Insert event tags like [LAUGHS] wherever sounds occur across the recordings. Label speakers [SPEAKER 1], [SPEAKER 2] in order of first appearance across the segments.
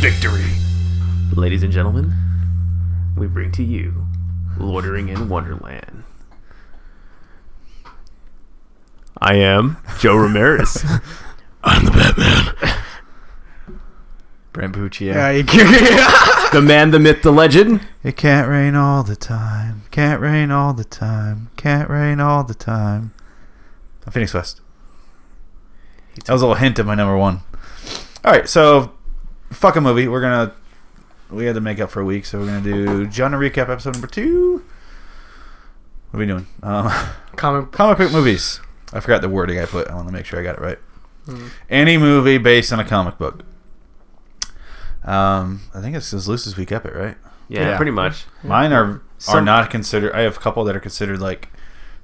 [SPEAKER 1] victory.
[SPEAKER 2] Ladies and gentlemen, we bring to you Loitering in Wonderland. I am Joe Ramirez.
[SPEAKER 1] I'm the Batman.
[SPEAKER 3] Brent
[SPEAKER 4] Yeah,
[SPEAKER 3] Puccio.
[SPEAKER 4] you [LAUGHS] can't,
[SPEAKER 2] the man, the myth, the legend.
[SPEAKER 4] it can't rain all the time. Can't rain all the time. Can't rain all the time. I'm Phoenix West. That was a little hint at my number one. All right, so fuck a movie. We're gonna we had to make up for a week, so we're gonna do John recap episode number two. What are we doing? Um,
[SPEAKER 5] Comic
[SPEAKER 4] comic book movies. I forgot the wording I put. I want to make sure I got it right.
[SPEAKER 5] Mm.
[SPEAKER 4] Any movie based on a comic book. Um, I think it's as loose as we kept it, right?
[SPEAKER 2] Yeah,
[SPEAKER 3] Yeah.
[SPEAKER 2] pretty much.
[SPEAKER 4] Mine are are
[SPEAKER 2] Some-
[SPEAKER 4] not considered. I have a couple that are considered like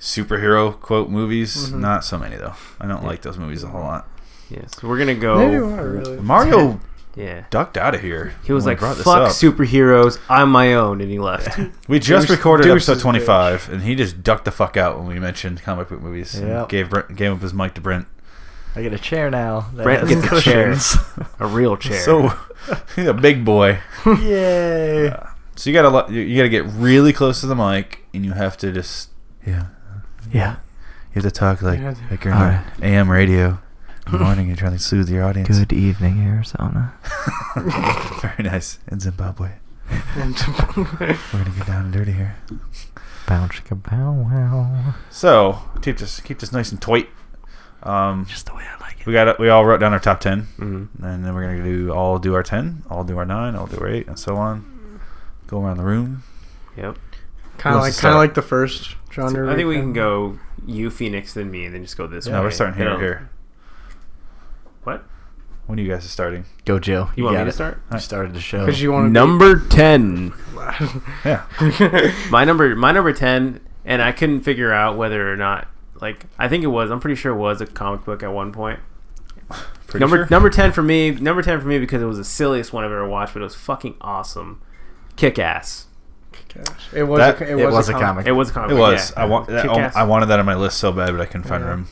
[SPEAKER 4] superhero quote movies.
[SPEAKER 5] Mhm.
[SPEAKER 4] Not so many though. I don't
[SPEAKER 2] Yeah.
[SPEAKER 4] like those movies a whole lot.
[SPEAKER 2] Yeah, so we're gonna
[SPEAKER 5] Neither
[SPEAKER 2] go.
[SPEAKER 5] do I, really.
[SPEAKER 4] Mario
[SPEAKER 2] Yeah,
[SPEAKER 4] ducked out of here.
[SPEAKER 2] he was
[SPEAKER 4] when we
[SPEAKER 2] like,
[SPEAKER 4] brought this
[SPEAKER 2] "Fuck
[SPEAKER 4] up."
[SPEAKER 2] superheroes, I'm my own," and he left.
[SPEAKER 4] We just
[SPEAKER 5] Deuce-
[SPEAKER 4] recorded
[SPEAKER 5] deuces,
[SPEAKER 4] episode twenty five, and he just ducked the fuck out when we mentioned comic book movies. and
[SPEAKER 3] Yep.
[SPEAKER 4] Gave Brent, gave up his mic to Brent.
[SPEAKER 3] I get a chair now. that
[SPEAKER 2] Brent
[SPEAKER 3] has
[SPEAKER 2] gets a chair.
[SPEAKER 3] cushions.
[SPEAKER 2] [LAUGHS]
[SPEAKER 3] [LAUGHS]
[SPEAKER 2] A real chair.
[SPEAKER 4] So [LAUGHS] he's a big boy.
[SPEAKER 3] Yay.
[SPEAKER 4] Uh, so you gotta lo- you, you gotta get really close to the mic, and you have to just yeah,
[SPEAKER 3] Yeah.
[SPEAKER 4] you have to talk like
[SPEAKER 5] Yeah.
[SPEAKER 4] like you're
[SPEAKER 3] All
[SPEAKER 4] on
[SPEAKER 3] right.
[SPEAKER 4] AM [LAUGHS] radio in the morning. You're trying to soothe your audience.
[SPEAKER 3] Good evening, Arizona.
[SPEAKER 4] [LAUGHS] Very nice. In Zimbabwe, we're gonna get down and dirty here.
[SPEAKER 3] Bow chicka bow wow.
[SPEAKER 4] So keep this keep this nice and tight. Um,
[SPEAKER 3] [LAUGHS] Just the way I like
[SPEAKER 4] we got we all wrote down our top ten,
[SPEAKER 2] Mhm.
[SPEAKER 4] and then we're gonna do all do our ten, all do our nine, all do our eight, and so on. Go around the room.
[SPEAKER 2] Yep.
[SPEAKER 5] Kind
[SPEAKER 4] Who wants to
[SPEAKER 5] of like kind
[SPEAKER 4] start?
[SPEAKER 5] of like the first genre.
[SPEAKER 2] I think we can go you, Phoenix, then me, and then just go this
[SPEAKER 4] So
[SPEAKER 2] way.
[SPEAKER 4] now we're starting here.
[SPEAKER 2] It'll-
[SPEAKER 4] Here,
[SPEAKER 2] What?
[SPEAKER 4] when are you guys
[SPEAKER 2] [SIGHS]
[SPEAKER 4] are starting?
[SPEAKER 3] Go, Joe.
[SPEAKER 2] You,
[SPEAKER 3] got
[SPEAKER 2] want me
[SPEAKER 3] it.
[SPEAKER 2] to start?
[SPEAKER 3] You started the show.
[SPEAKER 5] because you want
[SPEAKER 2] Number ten.
[SPEAKER 4] Yeah.
[SPEAKER 2] my number my number 10 and i couldn't figure out whether or not like i think it was i'm pretty sure it was a comic book at one point
[SPEAKER 4] Pretty
[SPEAKER 2] number
[SPEAKER 4] sure?
[SPEAKER 2] number 10 for me number 10 for me because it was the silliest one i've ever watched but it was fucking awesome kick-ass
[SPEAKER 5] It was
[SPEAKER 4] That-
[SPEAKER 5] a,
[SPEAKER 3] it was a comic.
[SPEAKER 2] it was a comic
[SPEAKER 4] It
[SPEAKER 2] book,
[SPEAKER 4] was.
[SPEAKER 2] yeah.
[SPEAKER 4] I want. that-
[SPEAKER 2] Kick-Ass.
[SPEAKER 4] I wanted that on my list so bad, but I couldn't find
[SPEAKER 5] Yeah.
[SPEAKER 4] room.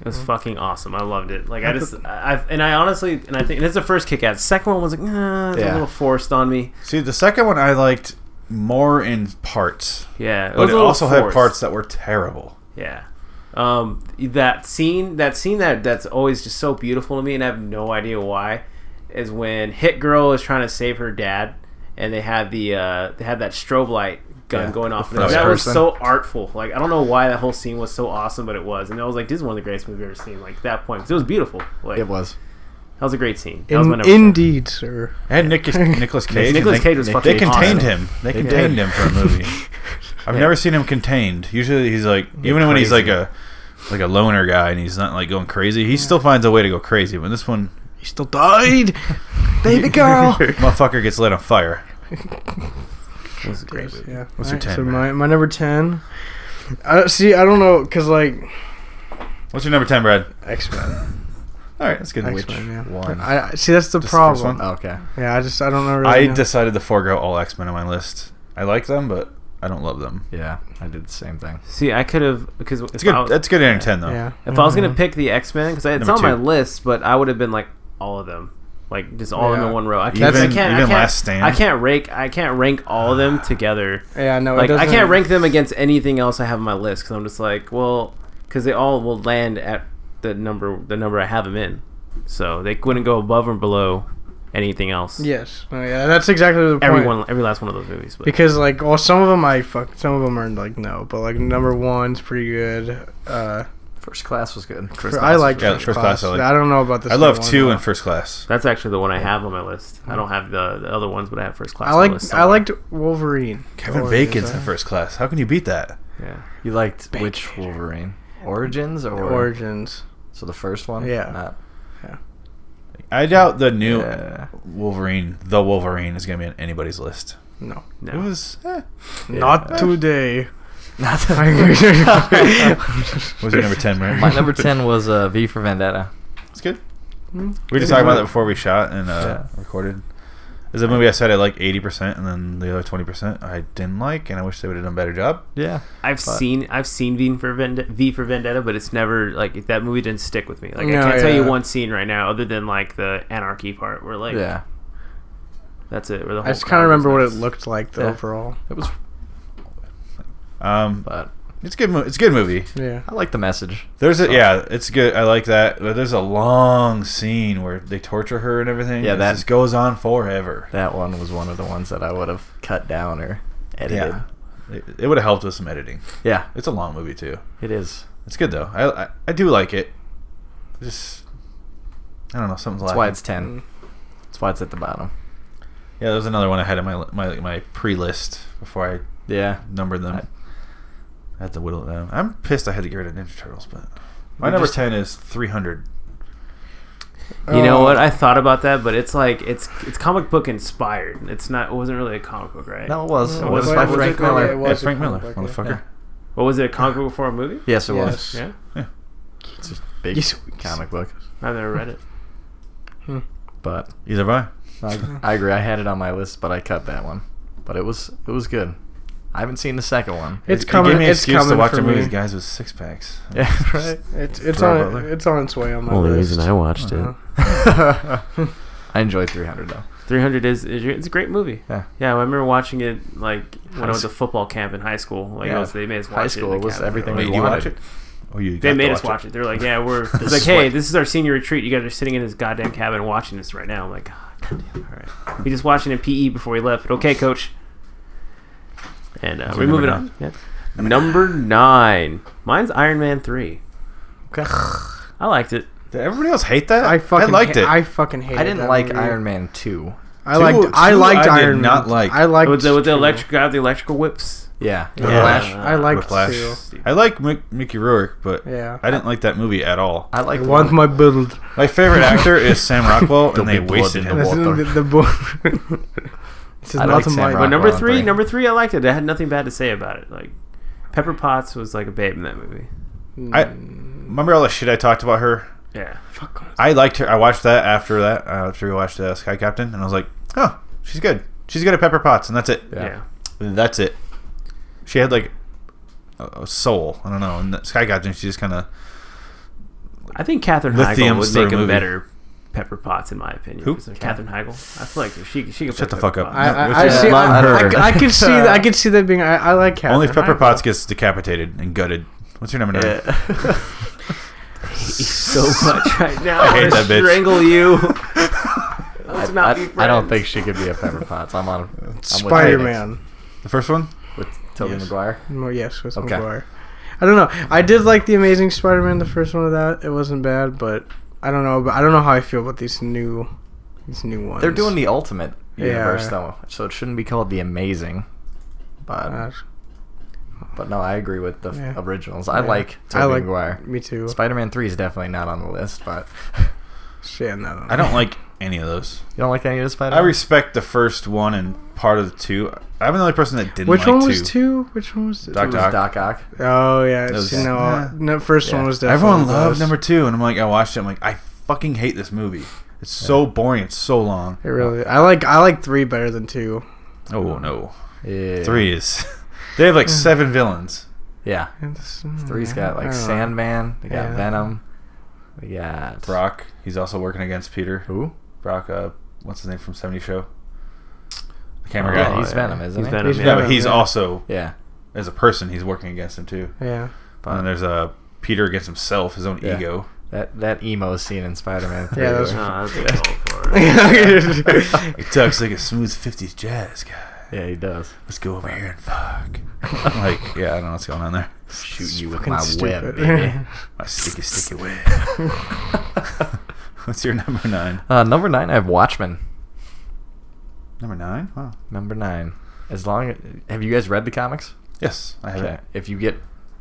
[SPEAKER 2] it was fucking awesome i loved it like i
[SPEAKER 5] That's
[SPEAKER 2] just i and i honestly and i think and it's the first kick-ass second one was like nah, it's a
[SPEAKER 3] Yeah.
[SPEAKER 2] little forced on me
[SPEAKER 4] See, the second one I liked more in parts,
[SPEAKER 2] yeah
[SPEAKER 4] but
[SPEAKER 2] was
[SPEAKER 4] it
[SPEAKER 2] a little
[SPEAKER 4] also had
[SPEAKER 2] forced.
[SPEAKER 4] parts that were terrible.
[SPEAKER 2] Yeah. Um, that scene, that scene that that's always just so beautiful to me, and I have no idea why, is when Hit Girl is trying to save her dad, and they had the uh, they had that strobe light gun
[SPEAKER 3] Yeah,
[SPEAKER 2] going off.
[SPEAKER 3] the
[SPEAKER 2] And that
[SPEAKER 3] first
[SPEAKER 2] was
[SPEAKER 3] person.
[SPEAKER 2] so artful. Like I don't know why that whole scene was so awesome, but it was, and I was like, this is one of the greatest movies I've ever seen. Like that point, 'cause it was beautiful. Like
[SPEAKER 3] It was.
[SPEAKER 2] that was a great scene. That was my
[SPEAKER 5] In,
[SPEAKER 2] number ten.
[SPEAKER 5] indeed, sir.
[SPEAKER 4] And Nick, Nicholas Cage.
[SPEAKER 2] Nicolas
[SPEAKER 4] and they-
[SPEAKER 2] Cage was
[SPEAKER 4] they,
[SPEAKER 2] fucking
[SPEAKER 4] They contained
[SPEAKER 2] awesome.
[SPEAKER 4] him. They contained him for a movie. I've never seen him contained. Usually, he's like, even when he's like a like a loner guy and he's not like going crazy, he still finds a way to go crazy. But this one,
[SPEAKER 3] You still died, baby girl.
[SPEAKER 4] [LAUGHS] motherfucker gets lit on fire.
[SPEAKER 2] It was a great movie.
[SPEAKER 5] Yeah.
[SPEAKER 4] What's your
[SPEAKER 5] Alright,
[SPEAKER 4] 10,
[SPEAKER 5] So
[SPEAKER 4] Brad?
[SPEAKER 5] my, my number ten. I don't- see. I don't know because like
[SPEAKER 4] What's your number ten, Brad?
[SPEAKER 5] X Men.
[SPEAKER 4] All right, let's get the witch
[SPEAKER 5] X Men. Yeah.
[SPEAKER 4] one. I,
[SPEAKER 5] I I- see. That's the
[SPEAKER 4] Just the first
[SPEAKER 5] problem.
[SPEAKER 4] one?
[SPEAKER 3] okay.
[SPEAKER 5] yeah. I just I don't know. Really know.
[SPEAKER 4] decided to forego all X Men on my list. I like them, but I don't love them.
[SPEAKER 3] Yeah, I did the same thing.
[SPEAKER 2] See, I could have because
[SPEAKER 4] It's good. That's good in ten though.
[SPEAKER 5] Yeah.
[SPEAKER 2] If I was gonna pick the X Men, because it's
[SPEAKER 4] Mm-hmm. Number
[SPEAKER 2] on my
[SPEAKER 4] two.
[SPEAKER 2] list, but I would have been like all of them, like just all of them
[SPEAKER 5] Yeah.
[SPEAKER 2] in one row. I can't,
[SPEAKER 4] Even-
[SPEAKER 2] I can't, I
[SPEAKER 4] even
[SPEAKER 2] can't,
[SPEAKER 4] Last Stand?
[SPEAKER 2] I can't rank. I can't rank all of
[SPEAKER 4] [SIGHS]
[SPEAKER 2] them together.
[SPEAKER 5] Yeah. No.
[SPEAKER 2] Like
[SPEAKER 5] Oh, it
[SPEAKER 2] I
[SPEAKER 5] doesn't-
[SPEAKER 2] can't rank them against anything else I have on my list because I'm just like, well, because they all will land at the number the number I have them in, so they wouldn't go above or below anything else.
[SPEAKER 5] Yes. No, yeah. That's exactly the point.
[SPEAKER 2] Everyone, every last one of those movies. But
[SPEAKER 5] Because like, well, some of them I fuck. Some of them are like no, but like number one's pretty good. Uh,
[SPEAKER 3] First class was good.
[SPEAKER 5] for- I like
[SPEAKER 4] Yeah,
[SPEAKER 5] first,
[SPEAKER 4] First
[SPEAKER 5] class.
[SPEAKER 4] Class I like.
[SPEAKER 5] I don't know about this.
[SPEAKER 4] I love
[SPEAKER 5] one,
[SPEAKER 4] two
[SPEAKER 5] though.
[SPEAKER 4] and first class.
[SPEAKER 2] that's actually the one I have on my list. I don't have the, the other ones, but I have first class.
[SPEAKER 5] I
[SPEAKER 2] on my
[SPEAKER 5] like
[SPEAKER 2] list
[SPEAKER 5] I
[SPEAKER 2] somewhere.
[SPEAKER 5] liked Wolverine.
[SPEAKER 4] Kevin
[SPEAKER 5] Or-
[SPEAKER 4] Bacon's
[SPEAKER 5] is
[SPEAKER 4] in
[SPEAKER 5] that-
[SPEAKER 4] first class. How can you beat that?
[SPEAKER 2] Yeah.
[SPEAKER 3] You liked which Wolverine? Origins or
[SPEAKER 5] Origins.
[SPEAKER 3] so the first one?
[SPEAKER 5] Yeah.
[SPEAKER 3] Not,
[SPEAKER 4] I doubt the new
[SPEAKER 3] Yeah.
[SPEAKER 4] [LAUGHS] Wolverine, the Wolverine, is gonna be on anybody's list.
[SPEAKER 5] No,
[SPEAKER 2] No.
[SPEAKER 4] It was eh.
[SPEAKER 5] not today.
[SPEAKER 3] [LAUGHS] not
[SPEAKER 4] was your number ten, right?
[SPEAKER 3] My number ten was uh, V for Vendetta.
[SPEAKER 4] It's good.
[SPEAKER 5] Hmm?
[SPEAKER 4] We were just talking about that before we shot and uh,
[SPEAKER 3] Yeah.
[SPEAKER 4] recorded. Is a movie I said I like eighty percent, and then the other twenty percent I didn't like, and I wish they would have done a better job.
[SPEAKER 3] Yeah.
[SPEAKER 2] I've
[SPEAKER 3] But-
[SPEAKER 2] seen I've seen V for Vendetta, V for Vendetta, but it's never like that movie didn't stick with me. Like I
[SPEAKER 5] No,
[SPEAKER 2] can't tell you
[SPEAKER 5] yeah.
[SPEAKER 2] one scene right now other than like the anarchy part where like
[SPEAKER 3] yeah.
[SPEAKER 2] That's it. Or the whole
[SPEAKER 5] I just kind
[SPEAKER 2] crowd
[SPEAKER 5] of remember what
[SPEAKER 2] was
[SPEAKER 5] it looked like though
[SPEAKER 3] Yeah.
[SPEAKER 5] overall.
[SPEAKER 3] It was,
[SPEAKER 4] Um,
[SPEAKER 3] but
[SPEAKER 4] it's a good. Mo- it's a good movie.
[SPEAKER 5] Yeah.
[SPEAKER 3] I like the message.
[SPEAKER 4] There's a yeah, it's good. I like that. But there's a long scene where they torture her and everything.
[SPEAKER 3] Yeah,
[SPEAKER 4] It
[SPEAKER 3] that-
[SPEAKER 4] just goes on forever.
[SPEAKER 3] That one was one of the ones that I would have cut down or edited.
[SPEAKER 4] Yeah, it, it would have helped with some editing.
[SPEAKER 3] yeah
[SPEAKER 4] It's a long movie too.
[SPEAKER 3] it is.
[SPEAKER 4] It's good though. I I, I do like it. Just I don't know. Something's
[SPEAKER 3] That's
[SPEAKER 4] lacking.
[SPEAKER 3] why it's
[SPEAKER 5] Mm.
[SPEAKER 3] ten. That's why it's at the bottom.
[SPEAKER 4] yeah. There's another one I had in my my my pre list before I
[SPEAKER 3] Yeah.
[SPEAKER 4] numbered them.
[SPEAKER 3] I-
[SPEAKER 4] I had to whittle it down. I'm pissed. I had to get rid of Ninja Turtles, but my
[SPEAKER 3] We
[SPEAKER 4] number
[SPEAKER 3] just-
[SPEAKER 4] ten is 300.
[SPEAKER 2] You know
[SPEAKER 5] Oh.
[SPEAKER 2] what? I thought about that, but it's like it's it's comic book inspired. It's not. It wasn't really a comic book, right?
[SPEAKER 3] No, it was.
[SPEAKER 5] Mm.
[SPEAKER 3] It was
[SPEAKER 5] Wait,
[SPEAKER 3] by
[SPEAKER 5] was it
[SPEAKER 3] Frank
[SPEAKER 5] called-
[SPEAKER 3] Miller.
[SPEAKER 5] it was
[SPEAKER 4] Yeah, Frank
[SPEAKER 5] a
[SPEAKER 4] Miller,
[SPEAKER 5] comic book, yeah.
[SPEAKER 4] motherfucker.
[SPEAKER 3] Yeah.
[SPEAKER 2] What was it? A comic book before a movie?
[SPEAKER 3] Yes, it was.
[SPEAKER 5] Yes.
[SPEAKER 2] Yeah.
[SPEAKER 3] It's a big
[SPEAKER 5] Yes.
[SPEAKER 3] comic book.
[SPEAKER 2] I've never read
[SPEAKER 3] [LAUGHS]
[SPEAKER 2] it.
[SPEAKER 5] Hmm.
[SPEAKER 3] But
[SPEAKER 4] Either way, [LAUGHS]
[SPEAKER 3] I, I agree. I had it on my list, but I cut that one. But it was it was good. I haven't seen the second one.
[SPEAKER 5] It's
[SPEAKER 4] It-
[SPEAKER 5] coming.
[SPEAKER 4] It gave me an
[SPEAKER 5] it's
[SPEAKER 4] excuse
[SPEAKER 5] coming
[SPEAKER 4] to watch
[SPEAKER 5] for
[SPEAKER 4] the
[SPEAKER 5] me.
[SPEAKER 4] movies, guys, with six
[SPEAKER 5] [LAUGHS]
[SPEAKER 4] packs.
[SPEAKER 3] Yeah, right.
[SPEAKER 5] It's it's
[SPEAKER 4] Throw
[SPEAKER 5] on
[SPEAKER 4] Butler.
[SPEAKER 5] it's on its way on my
[SPEAKER 2] Only
[SPEAKER 5] list.
[SPEAKER 2] reason I watched
[SPEAKER 4] Uh-huh.
[SPEAKER 3] [LAUGHS] I enjoy 300 though.
[SPEAKER 2] Three Hundred is, is it's a great movie.
[SPEAKER 3] Yeah.
[SPEAKER 2] Yeah, I remember watching it like when I
[SPEAKER 3] High
[SPEAKER 2] was at
[SPEAKER 3] sc-
[SPEAKER 2] football camp in high school. Like
[SPEAKER 3] Yeah,
[SPEAKER 2] it was, they made us watch
[SPEAKER 3] high
[SPEAKER 2] it. in
[SPEAKER 3] school
[SPEAKER 2] the
[SPEAKER 3] was
[SPEAKER 2] cabin or
[SPEAKER 3] everything
[SPEAKER 2] whatever.
[SPEAKER 3] we
[SPEAKER 4] Wait, you watch
[SPEAKER 3] wanted.
[SPEAKER 4] it? Oh, you
[SPEAKER 2] They
[SPEAKER 4] got
[SPEAKER 2] made
[SPEAKER 4] to
[SPEAKER 2] us watch it. They're like, yeah, [LAUGHS] we're
[SPEAKER 4] This
[SPEAKER 2] it's like,
[SPEAKER 4] is
[SPEAKER 2] hey,
[SPEAKER 4] what-
[SPEAKER 2] this is our senior retreat. You guys are sitting in this goddamn cabin watching this right now. I'm like, "Ah, goddamn, all right. We just watched it in PE before we left, but okay, coach. And uh,
[SPEAKER 4] Is it
[SPEAKER 2] we move it
[SPEAKER 4] number
[SPEAKER 2] on. Yeah. Number nine. Mine's Iron Man 3.
[SPEAKER 3] Okay.
[SPEAKER 2] [SIGHS] I liked it.
[SPEAKER 4] Did everybody else hate that?
[SPEAKER 5] I fucking
[SPEAKER 4] I liked
[SPEAKER 5] ha-
[SPEAKER 4] it.
[SPEAKER 5] I fucking hated.
[SPEAKER 3] I didn't
[SPEAKER 5] that
[SPEAKER 3] like
[SPEAKER 5] movie.
[SPEAKER 3] Iron Man 2.
[SPEAKER 5] I
[SPEAKER 4] Two-
[SPEAKER 5] liked. I
[SPEAKER 4] two
[SPEAKER 5] liked
[SPEAKER 4] I did
[SPEAKER 5] Iron. Man.
[SPEAKER 4] not like.
[SPEAKER 5] I liked
[SPEAKER 2] With the, with the
[SPEAKER 5] two.
[SPEAKER 2] electric guy with the electrical whips. Uh,
[SPEAKER 3] Yeah.
[SPEAKER 5] Yeah.
[SPEAKER 3] Flash.
[SPEAKER 5] I liked
[SPEAKER 4] Whiplash.
[SPEAKER 5] two.
[SPEAKER 4] I like Mick, Mickey Rourke, but
[SPEAKER 5] Yeah.
[SPEAKER 4] I didn't like that movie at all.
[SPEAKER 3] I
[SPEAKER 5] I
[SPEAKER 3] like
[SPEAKER 5] want my build.
[SPEAKER 4] My favorite actor is Sam Rockwell,
[SPEAKER 3] There'll
[SPEAKER 4] and they
[SPEAKER 3] be blood
[SPEAKER 4] wasted
[SPEAKER 3] in the
[SPEAKER 4] him.
[SPEAKER 5] This
[SPEAKER 3] water.
[SPEAKER 5] is the,
[SPEAKER 3] [LAUGHS]
[SPEAKER 5] the bo- this is
[SPEAKER 3] I
[SPEAKER 5] not
[SPEAKER 3] liked
[SPEAKER 5] to
[SPEAKER 3] Sam
[SPEAKER 5] my.
[SPEAKER 2] But
[SPEAKER 3] Rockwell
[SPEAKER 2] number
[SPEAKER 3] in
[SPEAKER 2] three,
[SPEAKER 3] three.
[SPEAKER 2] number three, I liked it. I had nothing bad to say about it. Like, Pepper Potts was like a babe in that movie.
[SPEAKER 5] Mm.
[SPEAKER 4] I remember all the shit I talked about her.
[SPEAKER 2] Yeah.
[SPEAKER 5] Fuck.
[SPEAKER 4] I liked her. I watched that after that after we watched uh, Sky Captain, and I was like, oh, she's good. She's good at Pepper Potts, and that's it.
[SPEAKER 3] Yeah.
[SPEAKER 2] Yeah.
[SPEAKER 4] That's it. She had like a, a soul. I don't know. And Sky Captain, she just kind of
[SPEAKER 2] I think Katherine
[SPEAKER 4] Lithium
[SPEAKER 2] Heigl would
[SPEAKER 4] sort
[SPEAKER 2] make
[SPEAKER 4] of
[SPEAKER 2] a
[SPEAKER 4] movie.
[SPEAKER 2] better Pepper Potts, in my opinion.
[SPEAKER 4] Who?
[SPEAKER 2] Is there Katherine Heigl. I feel like she she can play
[SPEAKER 4] shut the
[SPEAKER 2] Pepper
[SPEAKER 4] fuck up.
[SPEAKER 2] Potts.
[SPEAKER 5] I,
[SPEAKER 4] No,
[SPEAKER 5] I, I,
[SPEAKER 4] it's just
[SPEAKER 5] see,
[SPEAKER 4] not
[SPEAKER 5] I,
[SPEAKER 4] her.
[SPEAKER 5] I, I could see. that- I could see that being. I, I like. Catherine.
[SPEAKER 4] only if Pepper
[SPEAKER 5] Heigl.
[SPEAKER 4] Potts gets decapitated and gutted. What's your number
[SPEAKER 3] Uh,
[SPEAKER 4] nine?
[SPEAKER 3] [LAUGHS] Yeah.
[SPEAKER 2] so much right now.
[SPEAKER 4] I
[SPEAKER 2] I
[SPEAKER 4] hate
[SPEAKER 2] want to
[SPEAKER 4] that bitch.
[SPEAKER 2] strangle you. Let's
[SPEAKER 3] I,
[SPEAKER 2] not
[SPEAKER 3] I-
[SPEAKER 2] be
[SPEAKER 3] I
[SPEAKER 2] friends.
[SPEAKER 3] don't think she could be a Pepper Potts. I'm on I'm with
[SPEAKER 5] Spider
[SPEAKER 3] Hayden.
[SPEAKER 5] Man.
[SPEAKER 4] The first one?
[SPEAKER 3] with Tobey
[SPEAKER 4] Yes.
[SPEAKER 3] Maguire.
[SPEAKER 5] No, yes, with
[SPEAKER 3] Okay.
[SPEAKER 5] McGuire. I don't know. I did like the Amazing Spider Man, the first one of that. It wasn't bad, but I don't know. But I don't know how I feel about these new, these new ones.
[SPEAKER 3] They're doing the ultimate
[SPEAKER 5] Yeah.
[SPEAKER 3] universe though, so it shouldn't be called the amazing. But
[SPEAKER 5] Uh,
[SPEAKER 3] but no, I agree with the f-
[SPEAKER 5] Yeah.
[SPEAKER 3] originals. I
[SPEAKER 5] Yeah.
[SPEAKER 3] like
[SPEAKER 5] I
[SPEAKER 3] Tobey
[SPEAKER 5] like-
[SPEAKER 3] Maguire.
[SPEAKER 5] me too.
[SPEAKER 3] Spider-Man Three is definitely not on the list, but [LAUGHS]
[SPEAKER 5] yeah, no, no, no.
[SPEAKER 4] I don't like any of those.
[SPEAKER 3] you don't like any of the Spider.
[SPEAKER 4] I respect the first one and part of the two. I'm the only person that didn't
[SPEAKER 5] Which
[SPEAKER 4] like
[SPEAKER 5] one
[SPEAKER 4] two.
[SPEAKER 5] was two? Which one was two?
[SPEAKER 4] Doc-
[SPEAKER 3] Doc. Doc Ock.
[SPEAKER 5] Oh yeah,
[SPEAKER 4] That was-
[SPEAKER 5] see, no,
[SPEAKER 4] Yeah.
[SPEAKER 5] no, first
[SPEAKER 3] Yeah.
[SPEAKER 5] one was definitely
[SPEAKER 4] Everyone
[SPEAKER 5] the
[SPEAKER 4] loved
[SPEAKER 5] best.
[SPEAKER 4] number two, and I'm like, I watched it. I'm like, I fucking hate this movie. It's so boring. It's so long.
[SPEAKER 5] It really, I like, I like three better than two.
[SPEAKER 4] Oh no,
[SPEAKER 3] Yeah. Mm.
[SPEAKER 4] three is. [LAUGHS] they have like seven villains.
[SPEAKER 3] Yeah.
[SPEAKER 5] It's, hmm,
[SPEAKER 3] Three's got
[SPEAKER 5] I
[SPEAKER 3] like
[SPEAKER 5] don't know.
[SPEAKER 3] Sandman. They got
[SPEAKER 5] Yeah.
[SPEAKER 3] Venom. We got
[SPEAKER 4] Brock, he's also working against Peter.
[SPEAKER 3] Who?
[SPEAKER 4] Brock, uh, what's his name from '70 Show? The camera
[SPEAKER 3] Yeah,
[SPEAKER 4] guy.
[SPEAKER 3] he's Venom, isn't
[SPEAKER 2] he's
[SPEAKER 3] he?
[SPEAKER 2] Venom,
[SPEAKER 5] He's
[SPEAKER 2] Oh, yeah.
[SPEAKER 4] yeah,
[SPEAKER 5] Venom.
[SPEAKER 4] but he's
[SPEAKER 5] yeah.
[SPEAKER 4] also
[SPEAKER 3] Yeah.
[SPEAKER 4] as a person, he's working against him too.
[SPEAKER 5] Yeah,
[SPEAKER 4] And then
[SPEAKER 3] But
[SPEAKER 4] there's uh, Peter against himself, his own
[SPEAKER 3] Yeah.
[SPEAKER 4] ego.
[SPEAKER 3] that that emo scene in
[SPEAKER 4] [LAUGHS]
[SPEAKER 3] Spider-Man. 3
[SPEAKER 5] Yeah, that was-
[SPEAKER 2] No,
[SPEAKER 3] where- [LAUGHS]
[SPEAKER 2] I don't think it's all for it.
[SPEAKER 4] He
[SPEAKER 5] yeah,
[SPEAKER 4] talks like a smooth '50s jazz guy.
[SPEAKER 3] yeah, he does.
[SPEAKER 4] Let's go over here and fuck. [LAUGHS] I'm like, yeah, I don't know what's going on there.
[SPEAKER 3] Shoot you with
[SPEAKER 5] fucking
[SPEAKER 3] my
[SPEAKER 5] stupid.
[SPEAKER 3] web, baby.
[SPEAKER 4] [LAUGHS] My sticky, sticky way. [LAUGHS] What's your number nine?
[SPEAKER 3] Uh, number nine, I have Watchmen.
[SPEAKER 4] Number nine? Wow.
[SPEAKER 3] Number nine. As long have you guys read the comics?
[SPEAKER 4] Yes, I have
[SPEAKER 3] Okay.
[SPEAKER 4] it.
[SPEAKER 3] If you get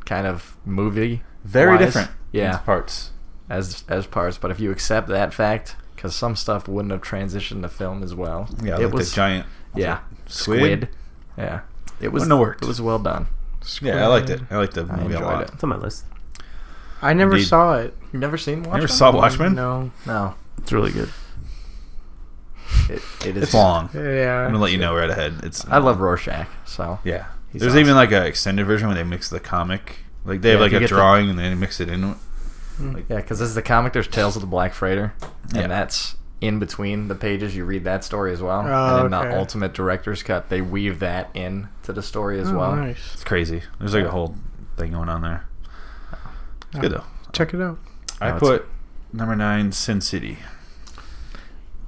[SPEAKER 3] kind of movie,
[SPEAKER 4] Very
[SPEAKER 3] wise-
[SPEAKER 4] different. in
[SPEAKER 3] Yeah.
[SPEAKER 4] its parts.
[SPEAKER 3] as as parts. But if you accept that fact, because some stuff wouldn't have transitioned to film as well.
[SPEAKER 4] Yeah,
[SPEAKER 3] it
[SPEAKER 4] like the giant.
[SPEAKER 3] yeah
[SPEAKER 4] squid.
[SPEAKER 3] Yeah, it was.
[SPEAKER 4] Wouldn't have worked.
[SPEAKER 3] It was well done.
[SPEAKER 4] Yeah, I liked it. I liked the
[SPEAKER 3] I
[SPEAKER 4] movie a
[SPEAKER 3] enjoyed
[SPEAKER 4] lot.
[SPEAKER 3] it.
[SPEAKER 2] It's on my list.
[SPEAKER 5] I never
[SPEAKER 4] Indeed.
[SPEAKER 5] saw it.
[SPEAKER 3] You never seen Watchmen?
[SPEAKER 4] You ever saw Watchmen?
[SPEAKER 5] No.
[SPEAKER 3] No.
[SPEAKER 2] It's really good.
[SPEAKER 3] It, it is.
[SPEAKER 4] It's long. I'm gonna
[SPEAKER 5] Yeah.
[SPEAKER 4] let you know right ahead. It's
[SPEAKER 3] I love Rorschach. So
[SPEAKER 4] Yeah,
[SPEAKER 3] He's
[SPEAKER 4] there's even
[SPEAKER 3] awesome.
[SPEAKER 4] like an extended version where they mix the comic. Like they
[SPEAKER 3] Yeah,
[SPEAKER 4] have
[SPEAKER 3] if
[SPEAKER 4] like
[SPEAKER 3] you
[SPEAKER 4] a
[SPEAKER 3] get the-
[SPEAKER 4] drawing and they mix it in.
[SPEAKER 5] Mm.
[SPEAKER 4] Like,
[SPEAKER 3] yeah, because this is the comic. There's Tales of the Black Freighter, and
[SPEAKER 4] Yeah.
[SPEAKER 3] that's in between the pages you read that story as well.
[SPEAKER 5] Oh,
[SPEAKER 3] and then
[SPEAKER 5] okay.
[SPEAKER 3] the ultimate director's cut, they weave that in to the story as
[SPEAKER 5] Oh,
[SPEAKER 3] well.
[SPEAKER 5] Nice.
[SPEAKER 4] It's crazy. There's like a whole thing going on there. It's good though.
[SPEAKER 5] Check it out.
[SPEAKER 4] I
[SPEAKER 3] No, it's-
[SPEAKER 4] put number nine, Sin City.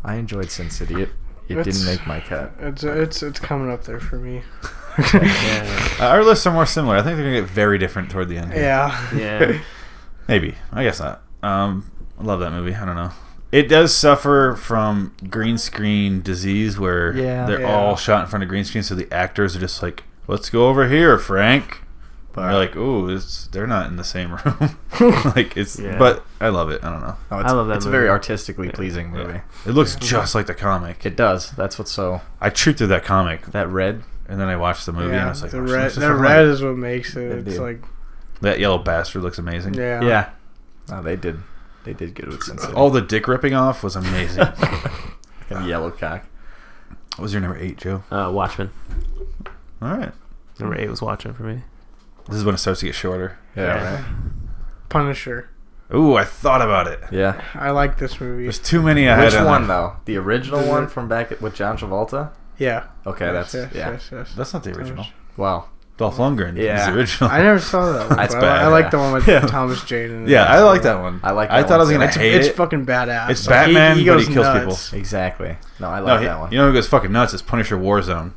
[SPEAKER 3] I enjoyed Sin City. It it
[SPEAKER 5] It's-
[SPEAKER 3] didn't make my cut.
[SPEAKER 5] It's it's it's coming up there for
[SPEAKER 4] [LAUGHS]
[SPEAKER 5] me.
[SPEAKER 4] Uh, [LAUGHS] our lists are more similar. I think they're gonna get very different toward the end. here.
[SPEAKER 5] [LAUGHS] yeah.
[SPEAKER 4] [LAUGHS]
[SPEAKER 2] Yeah.
[SPEAKER 4] Maybe. I guess not. Um, I love that movie. I don't know. It does suffer from green screen disease where
[SPEAKER 3] Yeah.
[SPEAKER 4] they're
[SPEAKER 5] Yeah.
[SPEAKER 4] all shot in front of green screen, so the actors are just like, "Let's go over here, Frank." But they're like, "Ooh, it's, they're not in the same room."
[SPEAKER 5] [LAUGHS]
[SPEAKER 4] [LAUGHS] like it's,
[SPEAKER 2] Yeah.
[SPEAKER 4] but I love it. I don't know.
[SPEAKER 3] No, it's,
[SPEAKER 2] I love that
[SPEAKER 3] It's a very
[SPEAKER 2] movie.
[SPEAKER 3] artistically pleasing movie.
[SPEAKER 4] Yeah. It looks just like the comic.
[SPEAKER 3] It does. That's what's so
[SPEAKER 4] I chewed through that comic,
[SPEAKER 3] that red.
[SPEAKER 4] and then I watched the movie, and I was like,
[SPEAKER 5] the
[SPEAKER 4] "Oh, this
[SPEAKER 5] red,
[SPEAKER 4] looks
[SPEAKER 5] the
[SPEAKER 4] just
[SPEAKER 5] red
[SPEAKER 4] like-
[SPEAKER 5] is what makes it.
[SPEAKER 3] Good
[SPEAKER 5] It's
[SPEAKER 3] deal.
[SPEAKER 5] like
[SPEAKER 4] that yellow bastard looks amazing."
[SPEAKER 5] yeah,
[SPEAKER 3] Yeah. No, they did. They did good with Sin City.
[SPEAKER 4] All Oh, the dick ripping off was amazing. what
[SPEAKER 3] [LAUGHS] and yellow cock.
[SPEAKER 4] was your number eight, Joe?
[SPEAKER 2] Uh, Watchmen.
[SPEAKER 4] All right.
[SPEAKER 2] Number eight was Watchmen for me.
[SPEAKER 4] This is when it starts to get shorter.
[SPEAKER 3] Yeah. Right.
[SPEAKER 5] Punisher.
[SPEAKER 4] Ooh, I thought about it.
[SPEAKER 3] Yeah.
[SPEAKER 5] I like this movie.
[SPEAKER 4] There's too many I
[SPEAKER 3] Which
[SPEAKER 4] had on
[SPEAKER 3] one
[SPEAKER 4] there.
[SPEAKER 3] though? The original one from back at, with John Travolta.
[SPEAKER 5] Yeah.
[SPEAKER 3] Okay,
[SPEAKER 5] Yes,
[SPEAKER 3] that's
[SPEAKER 5] yes,
[SPEAKER 3] yeah.
[SPEAKER 5] yes, yes.
[SPEAKER 4] That's not the original.
[SPEAKER 3] Wow.
[SPEAKER 4] Dolph Lundgren yeah.
[SPEAKER 3] Yeah.
[SPEAKER 4] is the original.
[SPEAKER 5] I never saw that. One,
[SPEAKER 3] That's
[SPEAKER 5] but I-
[SPEAKER 4] bad,
[SPEAKER 5] I, like
[SPEAKER 4] yeah.
[SPEAKER 5] the one with
[SPEAKER 4] Yeah.
[SPEAKER 5] Thomas Jane. In it.
[SPEAKER 4] yeah, I like that one.
[SPEAKER 3] I like
[SPEAKER 4] I
[SPEAKER 3] that
[SPEAKER 4] thought I
[SPEAKER 3] one,
[SPEAKER 4] was gonna
[SPEAKER 3] too.
[SPEAKER 4] hate
[SPEAKER 5] It's
[SPEAKER 4] it.
[SPEAKER 5] fucking badass.
[SPEAKER 4] It's Batman, but he kills people.
[SPEAKER 3] Exactly. No, I
[SPEAKER 4] no,
[SPEAKER 3] love
[SPEAKER 4] he,
[SPEAKER 3] that one.
[SPEAKER 4] you know who goes fucking nuts? It's Punisher Warzone.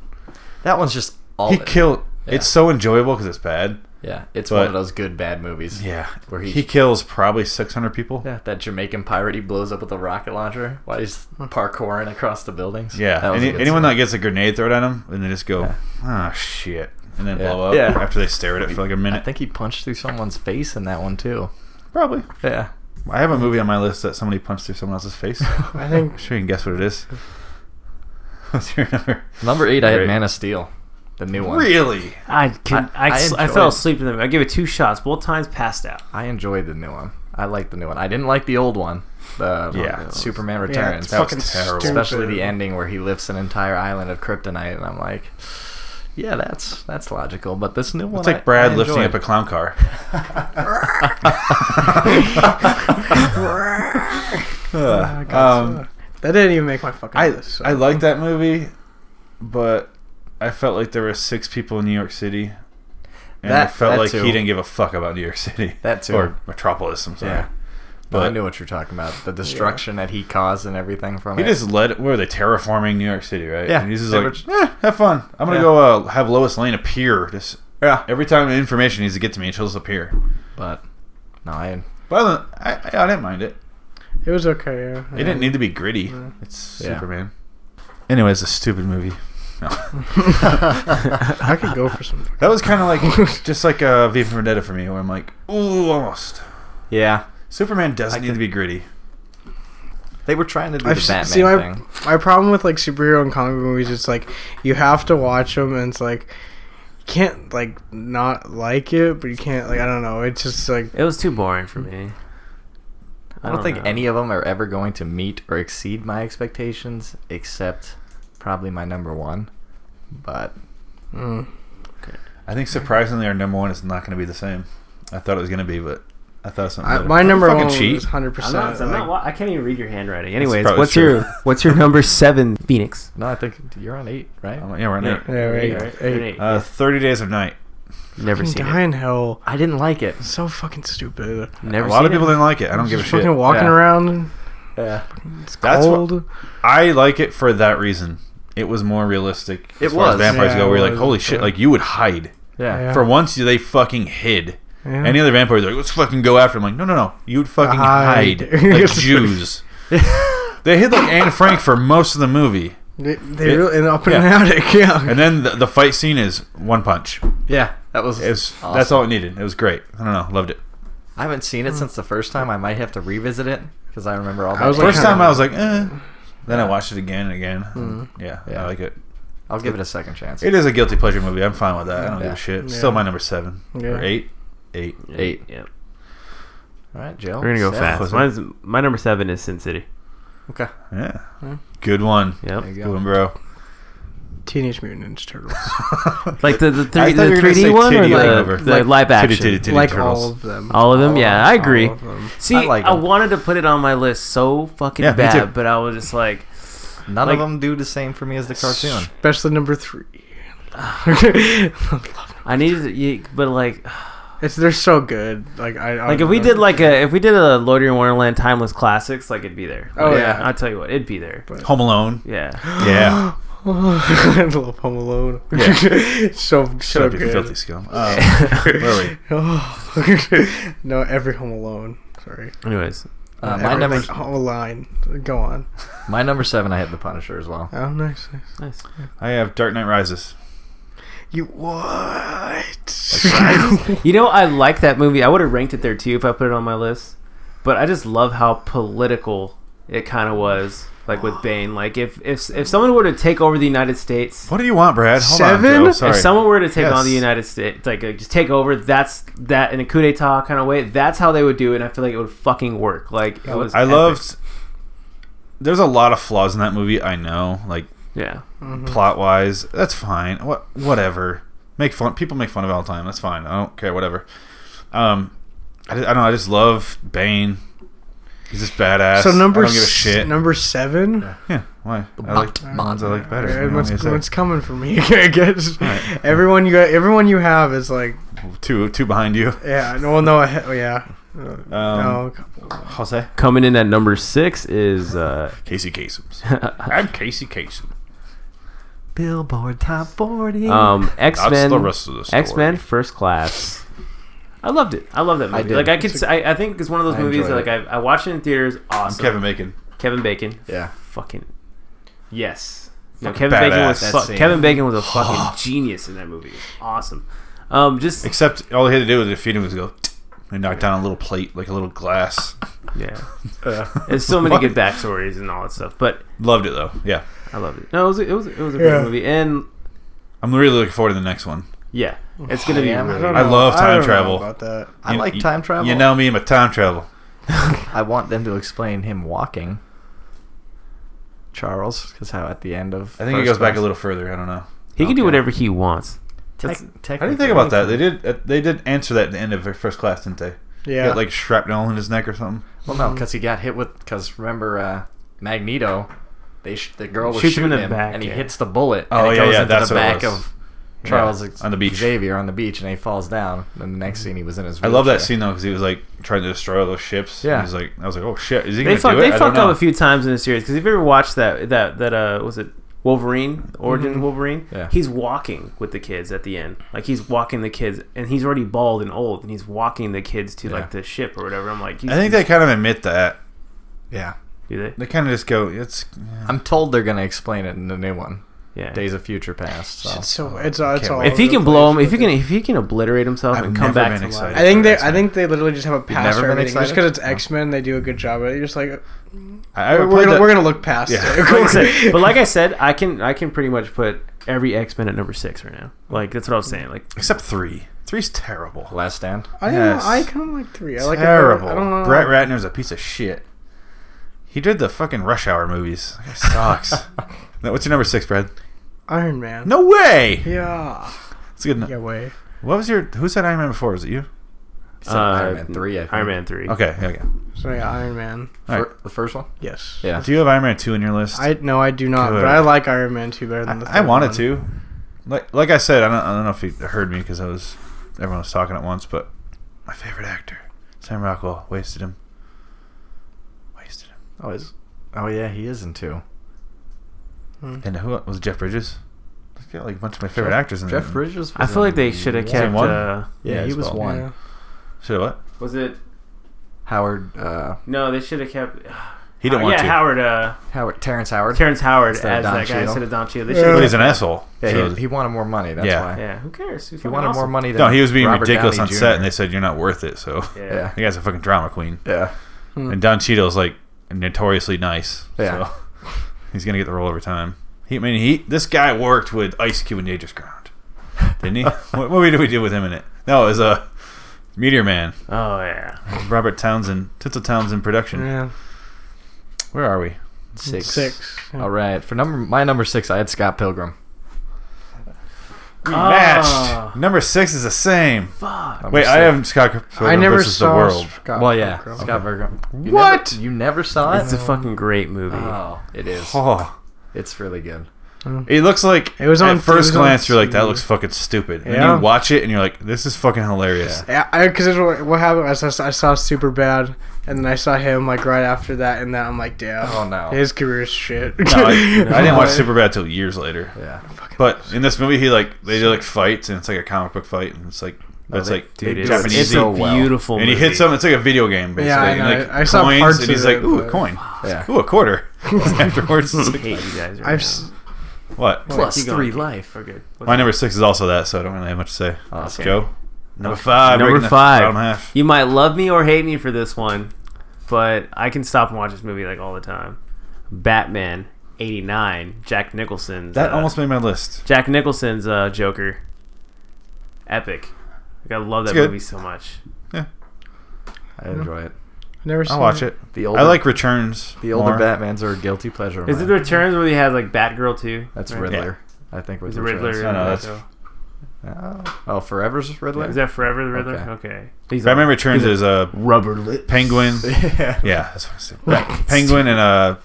[SPEAKER 3] that one's just all.
[SPEAKER 4] he
[SPEAKER 3] of it.
[SPEAKER 4] killed.
[SPEAKER 3] Yeah.
[SPEAKER 4] It's so enjoyable because it's bad.
[SPEAKER 3] Yeah, it's
[SPEAKER 4] but-
[SPEAKER 3] one of those good bad movies.
[SPEAKER 4] Yeah,
[SPEAKER 3] Where
[SPEAKER 4] he,
[SPEAKER 3] he-
[SPEAKER 4] kills probably 600 people.
[SPEAKER 3] Yeah, that Jamaican pirate he blows up with a rocket launcher while he's parkouring across the buildings.
[SPEAKER 4] Yeah,
[SPEAKER 3] That was
[SPEAKER 4] Any,
[SPEAKER 3] a good
[SPEAKER 4] anyone
[SPEAKER 3] scene.
[SPEAKER 4] that gets a grenade thrown at him and they just go, ah, shit, and then
[SPEAKER 3] Yeah.
[SPEAKER 4] blow up
[SPEAKER 3] Yeah.
[SPEAKER 4] after they stare at it for like a
[SPEAKER 3] I
[SPEAKER 4] minute.
[SPEAKER 3] think he punched through someone's face in that one too.
[SPEAKER 4] Probably.
[SPEAKER 3] Yeah.
[SPEAKER 4] I have a movie on my list that somebody punched through someone
[SPEAKER 3] [LAUGHS]
[SPEAKER 4] else's face. I'm [LAUGHS]
[SPEAKER 5] I think
[SPEAKER 4] sure you can guess what it is. What's your number?
[SPEAKER 3] Number eight, I had
[SPEAKER 4] Great.
[SPEAKER 3] Man of Steel, the new one.
[SPEAKER 4] Really?
[SPEAKER 2] I can. I,
[SPEAKER 3] I- I
[SPEAKER 2] s- I
[SPEAKER 3] enjoyed
[SPEAKER 2] fell
[SPEAKER 3] it.
[SPEAKER 2] asleep in them. I gave it two shots. Both times passed out.
[SPEAKER 3] I enjoyed the new one. I liked the new one. I didn't like the old one. The uh,
[SPEAKER 4] Yeah.
[SPEAKER 3] Superman
[SPEAKER 5] yeah,
[SPEAKER 3] Returns.
[SPEAKER 5] it's
[SPEAKER 4] That was
[SPEAKER 5] fucking
[SPEAKER 4] terrible.
[SPEAKER 5] stupid.
[SPEAKER 3] especially the ending where he lifts an entire island of kryptonite, and I'm like, yeah, that's that's logical. But this new one,
[SPEAKER 4] It's like Brad lifting up a
[SPEAKER 3] [LAUGHS]
[SPEAKER 4] clown car.
[SPEAKER 5] Uh,
[SPEAKER 4] Um,
[SPEAKER 5] Godzilla. that didn't even make my fucking
[SPEAKER 4] I
[SPEAKER 5] list. so-
[SPEAKER 4] I like that movie, but I felt like there were six people in New York City, and I
[SPEAKER 3] That-
[SPEAKER 4] felt
[SPEAKER 3] that
[SPEAKER 4] like
[SPEAKER 3] too.
[SPEAKER 4] he didn't give a fuck about New York City.
[SPEAKER 3] [LAUGHS] That too.
[SPEAKER 4] or Metropolis. I'm sorry.
[SPEAKER 3] Yeah.
[SPEAKER 4] But
[SPEAKER 3] I knew what you're talking about. The destruction that he caused and everything from
[SPEAKER 4] he
[SPEAKER 3] it.
[SPEAKER 4] just led. Where were they terraforming New York City, right?
[SPEAKER 3] Yeah.
[SPEAKER 4] And he's just
[SPEAKER 3] They
[SPEAKER 4] like,
[SPEAKER 3] were-
[SPEAKER 4] eh, have fun. I'm gonna
[SPEAKER 3] Yeah.
[SPEAKER 4] go uh, have Lois Lane appear. Just
[SPEAKER 3] yeah,
[SPEAKER 4] every time information needs to get to me, she'll just appear.
[SPEAKER 3] but no, I
[SPEAKER 4] [LAUGHS]
[SPEAKER 3] [LAUGHS]
[SPEAKER 4] But other than- I, I, I didn't mind it.
[SPEAKER 5] It was okay. Yeah.
[SPEAKER 4] It didn't need to be gritty. It's
[SPEAKER 3] Yeah.
[SPEAKER 4] Superman. Anyway, it's a stupid movie. No. [LAUGHS]
[SPEAKER 5] I could go for some.
[SPEAKER 4] That was kind
[SPEAKER 5] [LAUGHS]
[SPEAKER 4] of like just like uh, V for Vendetta for me, where I'm like, ooh, almost.
[SPEAKER 3] yeah.
[SPEAKER 4] Superman doesn't need to be gritty.
[SPEAKER 3] They were trying to do
[SPEAKER 5] I've
[SPEAKER 3] the
[SPEAKER 5] s-
[SPEAKER 3] Batman
[SPEAKER 5] see my
[SPEAKER 3] thing.
[SPEAKER 5] my problem with like superhero and comic book movies. It's like you have to watch them, and it's like you can't like not like it, but you can't like I don't know. It's just like
[SPEAKER 2] It was too boring for me.
[SPEAKER 3] I don't, think
[SPEAKER 2] know.
[SPEAKER 3] any of them are ever going to meet or exceed my expectations, except probably my number one. But
[SPEAKER 5] mm,
[SPEAKER 4] I think surprisingly, our number one is not going to be the same. I thought it was going to be, but I thought something.
[SPEAKER 5] I,
[SPEAKER 4] better.
[SPEAKER 5] my
[SPEAKER 4] Don't
[SPEAKER 5] number
[SPEAKER 4] fucking
[SPEAKER 5] one
[SPEAKER 4] cheat.
[SPEAKER 5] is hundred
[SPEAKER 2] I'm
[SPEAKER 5] percent.
[SPEAKER 2] not, I'm not, wa- I can't even read your handwriting. Anyways,
[SPEAKER 4] probably
[SPEAKER 2] what's
[SPEAKER 4] true.
[SPEAKER 2] your what's your number seven, Phoenix?
[SPEAKER 3] no, I think you're on eight, right?
[SPEAKER 4] I'm like, yeah, we're on
[SPEAKER 2] Yeah.
[SPEAKER 4] eight.
[SPEAKER 5] Yeah, right.
[SPEAKER 2] Eight,
[SPEAKER 5] right.
[SPEAKER 2] You're an
[SPEAKER 5] Eight.
[SPEAKER 2] eight.
[SPEAKER 4] Uh, Thirty Days of Night.
[SPEAKER 2] Never seen it.
[SPEAKER 5] Dying hell.
[SPEAKER 3] I didn't like it.
[SPEAKER 5] So fucking stupid.
[SPEAKER 2] Never
[SPEAKER 4] a lot
[SPEAKER 2] seen
[SPEAKER 4] of people
[SPEAKER 2] it.
[SPEAKER 4] didn't like it. I don't give a
[SPEAKER 5] Just
[SPEAKER 4] shit.
[SPEAKER 5] fucking walking
[SPEAKER 3] Yeah.
[SPEAKER 5] around.
[SPEAKER 3] Yeah.
[SPEAKER 5] It's
[SPEAKER 4] That's what-
[SPEAKER 5] cold.
[SPEAKER 4] I like it for that reason. It was more realistic.
[SPEAKER 3] It
[SPEAKER 4] as far as
[SPEAKER 3] was.
[SPEAKER 4] vampires
[SPEAKER 5] Yeah,
[SPEAKER 4] go.
[SPEAKER 5] it
[SPEAKER 4] We're like,
[SPEAKER 5] was.
[SPEAKER 4] holy shit! Like you would hide.
[SPEAKER 3] Yeah.
[SPEAKER 5] Yeah.
[SPEAKER 4] For once, they fucking hid.
[SPEAKER 5] Yeah.
[SPEAKER 4] Any other vampires are like, let's fucking go after him. Like, no, no, no. You'd fucking hide.
[SPEAKER 5] Hide. [LAUGHS]
[SPEAKER 4] Like Jews. they hid like Anne Frank for most of the movie.
[SPEAKER 5] They, they
[SPEAKER 4] Yeah.
[SPEAKER 5] really and up in
[SPEAKER 4] Yeah.
[SPEAKER 5] an attic, [LAUGHS] yeah.
[SPEAKER 4] And then the, the fight scene is one punch.
[SPEAKER 3] Yeah, that was.
[SPEAKER 4] It was,
[SPEAKER 3] awesome.
[SPEAKER 4] That's all it needed. It was great. I don't know. Loved it.
[SPEAKER 3] I haven't seen it since the first time. I might have to revisit it because I remember all. That
[SPEAKER 5] I was like,
[SPEAKER 4] First
[SPEAKER 5] kinda-
[SPEAKER 4] time I was like, eh. Then I watched it again and again.
[SPEAKER 5] Mm-hmm.
[SPEAKER 4] Yeah,
[SPEAKER 3] Yeah.
[SPEAKER 4] I like it.
[SPEAKER 3] I'll give it a second chance.
[SPEAKER 4] It is a guilty pleasure movie. I'm fine with that. I don't give
[SPEAKER 3] Yeah.
[SPEAKER 4] a shit.
[SPEAKER 5] Yeah.
[SPEAKER 4] Still my number seven
[SPEAKER 5] Yeah.
[SPEAKER 4] or eight. Eight.
[SPEAKER 3] Eight.
[SPEAKER 2] Yeah.
[SPEAKER 3] All right, Joe.
[SPEAKER 2] We're gonna go
[SPEAKER 3] Seth.
[SPEAKER 2] fast. Oh, Mine's, my number seven is Sin City.
[SPEAKER 3] Okay.
[SPEAKER 4] Yeah.
[SPEAKER 5] Yeah.
[SPEAKER 4] Good one.
[SPEAKER 2] Yep.
[SPEAKER 3] There you
[SPEAKER 4] Good
[SPEAKER 3] go.
[SPEAKER 4] one, bro.
[SPEAKER 5] Teenage Mutant Ninja [LAUGHS] Turtles.
[SPEAKER 2] Like the the
[SPEAKER 4] [LAUGHS]
[SPEAKER 2] three
[SPEAKER 4] I thought you were
[SPEAKER 2] the
[SPEAKER 4] gonna
[SPEAKER 2] three D
[SPEAKER 4] say
[SPEAKER 2] one or
[SPEAKER 4] titty
[SPEAKER 2] the,
[SPEAKER 4] over.
[SPEAKER 2] the live action.
[SPEAKER 4] Titty, titty, titty
[SPEAKER 5] like
[SPEAKER 4] turtles.
[SPEAKER 5] all of them.
[SPEAKER 2] All of them? Yeah, I agree.
[SPEAKER 5] All of them.
[SPEAKER 2] See,
[SPEAKER 3] I
[SPEAKER 2] I,
[SPEAKER 3] like 'em.
[SPEAKER 2] wanted to put it on my list so fucking
[SPEAKER 4] Yeah, me too.
[SPEAKER 2] bad, but I was just like,
[SPEAKER 3] None
[SPEAKER 2] Like-
[SPEAKER 3] of them do the same for me as the cartoon.
[SPEAKER 5] Especially number [SIGHS] three. [LAUGHS] Love
[SPEAKER 2] I needed, to, yeah, but like, [SIGHS]
[SPEAKER 5] It's they're so good. Like I I
[SPEAKER 2] like if
[SPEAKER 5] don't
[SPEAKER 2] we
[SPEAKER 5] know.
[SPEAKER 2] did like a if we did a Lord in Wonderland timeless classics, like it'd be there.
[SPEAKER 5] Oh,
[SPEAKER 2] Like,
[SPEAKER 5] [LAUGHS] yeah.
[SPEAKER 2] I'll tell you what, it'd be there.
[SPEAKER 4] Home Alone.
[SPEAKER 5] [GASPS]
[SPEAKER 2] [GASPS] Yeah,
[SPEAKER 4] Yeah.
[SPEAKER 5] I love Home Alone. [LAUGHS] so
[SPEAKER 4] Shut
[SPEAKER 5] so
[SPEAKER 4] up, you filthy
[SPEAKER 5] good. [LAUGHS]
[SPEAKER 4] scum. Um, where are we?
[SPEAKER 5] Oh. [LAUGHS] no, every Home Alone. Sorry.
[SPEAKER 2] anyways,
[SPEAKER 3] Uh, my
[SPEAKER 5] Every,
[SPEAKER 3] number,
[SPEAKER 5] like, Home Alone. Go on.
[SPEAKER 3] my number seven, I had the Punisher as well.
[SPEAKER 5] Oh, nice. nice.
[SPEAKER 2] nice.
[SPEAKER 4] I have Dark Knight Rises.
[SPEAKER 5] You what? [LAUGHS]
[SPEAKER 2] You know, I like that movie. I would have ranked it there too if I put it on my list. But I just love how political it kind of was, like with Bane. Like if if if someone were to take over the United States,
[SPEAKER 4] What do you want, Brad? Hold
[SPEAKER 5] Seven?
[SPEAKER 4] on, Joe.
[SPEAKER 5] If
[SPEAKER 4] Sorry.
[SPEAKER 2] if someone were to take on the
[SPEAKER 4] Yes.
[SPEAKER 2] United States, like uh, just take over, that's that in a coup d'état kind of way. That's how they would do it, and I feel like it would fucking work. Like it was.
[SPEAKER 4] I
[SPEAKER 2] epic.
[SPEAKER 4] loved. There's a lot of flaws in that movie. I know, like
[SPEAKER 2] Yeah.
[SPEAKER 5] Mm-hmm.
[SPEAKER 4] plot wise, that's fine. What, whatever. Make fun. People make fun of it all the time. That's fine. I don't care. Whatever. Um, I, just- I don't. know. I just love Bane. He's just badass.
[SPEAKER 5] so number
[SPEAKER 4] I don't give a
[SPEAKER 5] s-
[SPEAKER 4] shit.
[SPEAKER 5] number seven.
[SPEAKER 4] yeah. Why? I like the ones I like better. You know
[SPEAKER 5] What's,
[SPEAKER 4] what I'm
[SPEAKER 5] what's
[SPEAKER 4] saying?
[SPEAKER 5] coming for me? [LAUGHS] I guess everyone you got, everyone you have is like
[SPEAKER 4] two two behind you.
[SPEAKER 5] yeah. Well, no, I, ha- yeah. Uh,
[SPEAKER 4] Um,
[SPEAKER 5] no,
[SPEAKER 4] Jose.
[SPEAKER 2] Coming in at number six is uh,
[SPEAKER 4] Casey
[SPEAKER 5] [LAUGHS]
[SPEAKER 4] Kasem. I'm Casey Kasem.
[SPEAKER 3] Billboard Top 40.
[SPEAKER 2] um, X
[SPEAKER 4] That's the
[SPEAKER 2] Men.
[SPEAKER 4] rest of the story.
[SPEAKER 2] X Men First Class. I loved it. I love that
[SPEAKER 3] I
[SPEAKER 2] movie.
[SPEAKER 3] did.
[SPEAKER 2] like I could, s- I, I think it's one of those
[SPEAKER 3] I
[SPEAKER 2] movies that,
[SPEAKER 3] enjoyed
[SPEAKER 2] like I, I watched it in theaters.
[SPEAKER 4] I'm
[SPEAKER 2] Awesome.
[SPEAKER 4] Kevin Bacon.
[SPEAKER 2] Kevin Bacon.
[SPEAKER 3] yeah.
[SPEAKER 2] Fucking yes. No,
[SPEAKER 4] Fucking
[SPEAKER 2] Kevin Bacon was
[SPEAKER 4] badass.
[SPEAKER 2] fu-
[SPEAKER 3] That scene.
[SPEAKER 2] Kevin Bacon was a fucking genius in that movie. It was awesome. Um, just
[SPEAKER 4] Except all he had to do was defeat him was go and knock down a little plate, like a little glass.
[SPEAKER 2] yeah. There's so many good backstories and all that stuff, but
[SPEAKER 4] Loved it though. Yeah,
[SPEAKER 2] I loved it. No, it was it was it was a great
[SPEAKER 5] Yeah.
[SPEAKER 2] movie, and
[SPEAKER 4] I'm really looking forward to the next one.
[SPEAKER 2] yeah, it's gonna be.
[SPEAKER 3] Yeah, I
[SPEAKER 2] really
[SPEAKER 5] don't
[SPEAKER 4] I
[SPEAKER 5] know.
[SPEAKER 4] love time
[SPEAKER 5] don't know
[SPEAKER 4] travel.
[SPEAKER 5] about that.
[SPEAKER 3] I
[SPEAKER 4] You-
[SPEAKER 3] like
[SPEAKER 4] you-
[SPEAKER 3] time travel.
[SPEAKER 4] You know me, I'm a time travel.
[SPEAKER 3] [LAUGHS] I want them to explain him walking. Charles, because how at the end of
[SPEAKER 4] I think it
[SPEAKER 3] First
[SPEAKER 4] goes back
[SPEAKER 3] Class-
[SPEAKER 4] a little further. I don't know.
[SPEAKER 2] he can do
[SPEAKER 3] Okay.
[SPEAKER 2] whatever he wants.
[SPEAKER 3] Tec-
[SPEAKER 4] I didn't think about that. They did. Uh, they did answer that at the end of their first class, didn't they?
[SPEAKER 5] Yeah,
[SPEAKER 4] He got, like shrapnel in his neck or something.
[SPEAKER 3] Well, no, because he got hit with. Because remember, uh, Magneto, they sh- the girl was
[SPEAKER 2] Shoots him
[SPEAKER 3] shooting
[SPEAKER 2] in
[SPEAKER 3] him,
[SPEAKER 2] the back,
[SPEAKER 3] and he
[SPEAKER 2] yeah.
[SPEAKER 3] hits the bullet.
[SPEAKER 4] Oh,
[SPEAKER 3] and it
[SPEAKER 4] yeah,
[SPEAKER 3] goes
[SPEAKER 4] yeah,
[SPEAKER 3] into
[SPEAKER 4] that's
[SPEAKER 3] the
[SPEAKER 4] what it
[SPEAKER 3] back
[SPEAKER 4] was.
[SPEAKER 3] of Charles
[SPEAKER 4] Yeah, on the beach.
[SPEAKER 3] Xavier on the beach, and he falls down. And the next scene, he was in his.
[SPEAKER 4] I love that
[SPEAKER 3] wheelchair.
[SPEAKER 4] scene though because he was like trying to destroy all those ships.
[SPEAKER 3] Yeah.
[SPEAKER 4] he was like, I was like, oh shit, is he
[SPEAKER 2] They
[SPEAKER 4] gonna
[SPEAKER 2] fuck
[SPEAKER 4] do it?
[SPEAKER 2] they
[SPEAKER 4] I don't
[SPEAKER 2] fuck
[SPEAKER 4] know.
[SPEAKER 2] up a few times in the series because if you ever watched that that that uh was it Wolverine Origin
[SPEAKER 4] Mm-hmm.
[SPEAKER 2] Wolverine,
[SPEAKER 3] Yeah.
[SPEAKER 2] he's walking with the kids at the end, like he's walking the kids, and he's already bald and old, and he's walking the kids to
[SPEAKER 3] Yeah.
[SPEAKER 2] like the ship or whatever. I'm like,
[SPEAKER 4] I think they kind of admit that.
[SPEAKER 3] Yeah,
[SPEAKER 2] do they?
[SPEAKER 4] They kind of just go, it's yeah.
[SPEAKER 3] I'm told they're gonna explain it in the new one,
[SPEAKER 2] Yeah.
[SPEAKER 3] Days of Future Past. So.
[SPEAKER 5] it's so it's, it's
[SPEAKER 4] Can't
[SPEAKER 5] all.
[SPEAKER 4] wait.
[SPEAKER 2] if he
[SPEAKER 5] over
[SPEAKER 2] can
[SPEAKER 5] the
[SPEAKER 2] blow
[SPEAKER 5] place
[SPEAKER 2] him, if he
[SPEAKER 5] with
[SPEAKER 2] can,
[SPEAKER 5] it.
[SPEAKER 2] if he can obliterate himself
[SPEAKER 4] I've
[SPEAKER 2] and come
[SPEAKER 4] never
[SPEAKER 2] back
[SPEAKER 4] been
[SPEAKER 2] to life.
[SPEAKER 4] excited.
[SPEAKER 5] I think they, I
[SPEAKER 4] X-Men.
[SPEAKER 5] think they literally just have a pass
[SPEAKER 3] never
[SPEAKER 5] for
[SPEAKER 3] been
[SPEAKER 5] everything. Just
[SPEAKER 3] excited?
[SPEAKER 5] because it's X Men, they do a good job. At it. You're just like
[SPEAKER 4] I, I
[SPEAKER 5] we're,
[SPEAKER 4] played
[SPEAKER 5] gonna,
[SPEAKER 4] that-
[SPEAKER 5] we're gonna look past
[SPEAKER 4] Yeah.
[SPEAKER 5] it.
[SPEAKER 2] Like I
[SPEAKER 4] [LAUGHS]
[SPEAKER 2] said-
[SPEAKER 5] [LAUGHS]
[SPEAKER 2] but like I said, I can I can pretty much put every X Men at number six right now. Like that's what I was saying. Like
[SPEAKER 4] except three. Three's terrible.
[SPEAKER 3] Last Stand.
[SPEAKER 5] I don't
[SPEAKER 4] Yes.
[SPEAKER 5] know. I kind of like three. I like it better-
[SPEAKER 4] terrible.
[SPEAKER 5] I don't know.
[SPEAKER 4] Brett Ratner's a piece of shit. He did the fucking Rush Hour movies. That
[SPEAKER 3] [LAUGHS]
[SPEAKER 4] guy
[SPEAKER 5] [LAUGHS]
[SPEAKER 4] sucks. No, What's your number six, Brad?
[SPEAKER 5] Iron Man.
[SPEAKER 4] No way.
[SPEAKER 5] Yeah.
[SPEAKER 4] It's good. enough.
[SPEAKER 5] Yeah. Way.
[SPEAKER 4] What was your? Who said Iron Man before? Was it you?
[SPEAKER 3] He said Iron Man three. I think.
[SPEAKER 2] uh, Iron Man three.
[SPEAKER 4] Okay. Okay.
[SPEAKER 5] So yeah, Iron Man.
[SPEAKER 4] All right.
[SPEAKER 3] Fir- the first one.
[SPEAKER 5] Yes.
[SPEAKER 3] Yeah.
[SPEAKER 4] Do you have Iron Man two in your list?
[SPEAKER 5] I no, I do not.
[SPEAKER 4] Good.
[SPEAKER 5] But I like Iron Man two better than the.
[SPEAKER 4] I, I
[SPEAKER 5] third
[SPEAKER 4] wanted
[SPEAKER 5] one.
[SPEAKER 4] to. Like like I said, I don't I don't know if you heard me because I was everyone was talking at once, but my favorite actor, Sam Rockwell, wasted him. Wasted him.
[SPEAKER 3] Oh, is. Oh yeah, he is in two.
[SPEAKER 5] Hmm.
[SPEAKER 4] And who was it Jeff Bridges? He's got like a bunch of my favorite
[SPEAKER 3] Jeff-
[SPEAKER 4] actors in
[SPEAKER 3] Jeff
[SPEAKER 4] there.
[SPEAKER 3] Bridges. Was
[SPEAKER 2] I feel
[SPEAKER 3] in
[SPEAKER 2] like they should have
[SPEAKER 3] one.
[SPEAKER 2] kept.
[SPEAKER 4] one?
[SPEAKER 2] Uh,
[SPEAKER 3] Yeah,
[SPEAKER 4] Yeah,
[SPEAKER 3] he
[SPEAKER 4] as
[SPEAKER 3] was
[SPEAKER 4] well.
[SPEAKER 3] one.
[SPEAKER 5] Yeah.
[SPEAKER 4] Should what?
[SPEAKER 2] was it?
[SPEAKER 3] Howard. Uh,
[SPEAKER 2] No, they should have kept. [SIGHS]
[SPEAKER 4] He didn't
[SPEAKER 2] Uh,
[SPEAKER 4] want
[SPEAKER 2] yeah,
[SPEAKER 4] to.
[SPEAKER 2] Howard. Uh,
[SPEAKER 3] Howard. Terrence Howard.
[SPEAKER 2] Terrence Howard as
[SPEAKER 3] Instead of Don
[SPEAKER 2] that guy
[SPEAKER 3] Cheadle.
[SPEAKER 2] instead of Don Cheadle. They
[SPEAKER 4] But
[SPEAKER 2] should've-
[SPEAKER 4] he's an asshole.
[SPEAKER 3] Yeah,
[SPEAKER 4] so-
[SPEAKER 3] he, he wanted more money. That's
[SPEAKER 4] Yeah.
[SPEAKER 3] why.
[SPEAKER 2] yeah, who cares? He's
[SPEAKER 3] He
[SPEAKER 2] fucking
[SPEAKER 3] wanted more
[SPEAKER 2] awesome.
[SPEAKER 3] money. Than
[SPEAKER 4] no, he was being
[SPEAKER 3] Robert
[SPEAKER 4] ridiculous
[SPEAKER 3] Downey
[SPEAKER 4] on
[SPEAKER 3] Jr.
[SPEAKER 4] set, and they said you're not worth it. So [LAUGHS]
[SPEAKER 2] Yeah.
[SPEAKER 3] Yeah.
[SPEAKER 4] the guy's a fucking drama queen,
[SPEAKER 3] Yeah.
[SPEAKER 5] Hmm.
[SPEAKER 4] and Don Cheadle's like notoriously nice.
[SPEAKER 3] Yeah.
[SPEAKER 4] so [LAUGHS] he's gonna get the role every time. He, I mean, he this guy worked with Ice Cube and Dangerous Ground, [LAUGHS]
[SPEAKER 2] [LAUGHS]
[SPEAKER 3] [LAUGHS]
[SPEAKER 4] didn't he? what movie did we do with him in it? No, it was a uh, Meteor Man,
[SPEAKER 2] Oh yeah.
[SPEAKER 4] Robert Townsend, Titzel Townsend production.
[SPEAKER 5] Yeah.
[SPEAKER 4] Where are we?
[SPEAKER 3] Six.
[SPEAKER 5] Six.
[SPEAKER 3] All right. For number my number six, I had Scott Pilgrim.
[SPEAKER 4] Matched.
[SPEAKER 2] Ah.
[SPEAKER 4] Number six is the same.
[SPEAKER 2] Fuck.
[SPEAKER 4] Wait, I haven't Scott Pilgrim
[SPEAKER 5] I never
[SPEAKER 4] versus
[SPEAKER 5] saw
[SPEAKER 4] the world.
[SPEAKER 5] Scott
[SPEAKER 3] Well, yeah,
[SPEAKER 5] Pilgrim.
[SPEAKER 3] Scott Pilgrim. You
[SPEAKER 4] What?
[SPEAKER 3] Never, you never saw
[SPEAKER 2] It's
[SPEAKER 3] it?
[SPEAKER 2] a fucking great movie.
[SPEAKER 3] oh, it is.
[SPEAKER 4] Oh,
[SPEAKER 3] It's really good.
[SPEAKER 4] it looks like
[SPEAKER 5] It was on-
[SPEAKER 4] at
[SPEAKER 5] it
[SPEAKER 4] first
[SPEAKER 5] was on
[SPEAKER 4] glance you're like that
[SPEAKER 5] TV.
[SPEAKER 4] looks fucking stupid, and
[SPEAKER 5] Yeah.
[SPEAKER 4] then you watch it and you're like this is fucking hilarious. [LAUGHS]
[SPEAKER 5] Yeah, because what, what happened was I saw, I saw Super Bad, and then I saw him like right after that, and then I'm like, damn,
[SPEAKER 3] Oh, no.
[SPEAKER 5] his career's shit.
[SPEAKER 4] No, I, I didn't watch
[SPEAKER 5] But-
[SPEAKER 4] Superbad till years later.
[SPEAKER 3] Yeah.
[SPEAKER 4] But in this movie, he like they do like fights, and it's like a comic book fight, and it's like that's
[SPEAKER 3] they-
[SPEAKER 4] like
[SPEAKER 2] Dude, it's,
[SPEAKER 4] Japanese.
[SPEAKER 2] it's
[SPEAKER 3] so
[SPEAKER 2] a
[SPEAKER 3] well.
[SPEAKER 2] beautiful
[SPEAKER 4] and he
[SPEAKER 2] movie.
[SPEAKER 4] hits him. It's like a video game, basically.
[SPEAKER 5] Yeah, I
[SPEAKER 4] and,
[SPEAKER 5] know.
[SPEAKER 4] like,
[SPEAKER 5] I saw
[SPEAKER 4] coins,
[SPEAKER 5] parts
[SPEAKER 4] and he's
[SPEAKER 5] of
[SPEAKER 4] like,
[SPEAKER 5] it,
[SPEAKER 4] "Ooh, a
[SPEAKER 5] but-
[SPEAKER 4] coin!
[SPEAKER 3] Yeah.
[SPEAKER 4] Ooh, a
[SPEAKER 5] [LAUGHS]
[SPEAKER 4] quarter!" [LAUGHS] Afterwards, it's
[SPEAKER 2] I
[SPEAKER 4] like,
[SPEAKER 2] hate you guys right
[SPEAKER 5] [LAUGHS] I've
[SPEAKER 2] now.
[SPEAKER 5] s-
[SPEAKER 4] what?
[SPEAKER 3] Plus
[SPEAKER 2] keep going.
[SPEAKER 3] three life.
[SPEAKER 2] Okay.
[SPEAKER 4] My number six is also that, so I don't really have much to say.
[SPEAKER 3] Awesome.
[SPEAKER 4] Joe, number five.
[SPEAKER 2] Number
[SPEAKER 4] breaking the
[SPEAKER 2] five.
[SPEAKER 4] Bottom half.
[SPEAKER 2] You might love me or hate me for this one, but I can stop and watch this movie like all the time. Batman '89, Jack Nicholson's.
[SPEAKER 4] That
[SPEAKER 2] uh,
[SPEAKER 4] almost made my list.
[SPEAKER 2] Jack Nicholson's uh, Joker. Epic. Like, I love that
[SPEAKER 4] It's good.
[SPEAKER 2] movie so much.
[SPEAKER 3] I enjoy it.
[SPEAKER 5] I've never seen
[SPEAKER 4] I'll watch it.
[SPEAKER 3] The older,
[SPEAKER 4] I like Returns.
[SPEAKER 3] the older
[SPEAKER 4] more.
[SPEAKER 3] Batmans are a guilty pleasure. of
[SPEAKER 2] Is it
[SPEAKER 3] mine.
[SPEAKER 2] the Returns where he has like Batgirl too?
[SPEAKER 3] That's
[SPEAKER 2] Right?
[SPEAKER 3] Riddler. I think was
[SPEAKER 2] Is it Riddler?
[SPEAKER 4] No, no,
[SPEAKER 2] and
[SPEAKER 4] that's-
[SPEAKER 2] Batgirl?
[SPEAKER 3] Oh. oh, Forever's Riddler.
[SPEAKER 2] Is that Forever the Riddler?
[SPEAKER 3] Okay.
[SPEAKER 2] Okay. He's
[SPEAKER 3] [LAUGHS]
[SPEAKER 4] Batman Returns is a
[SPEAKER 2] rubber lip.
[SPEAKER 4] penguin.
[SPEAKER 3] yeah.
[SPEAKER 4] Yeah, that's what I said. Pe- Penguin and uh,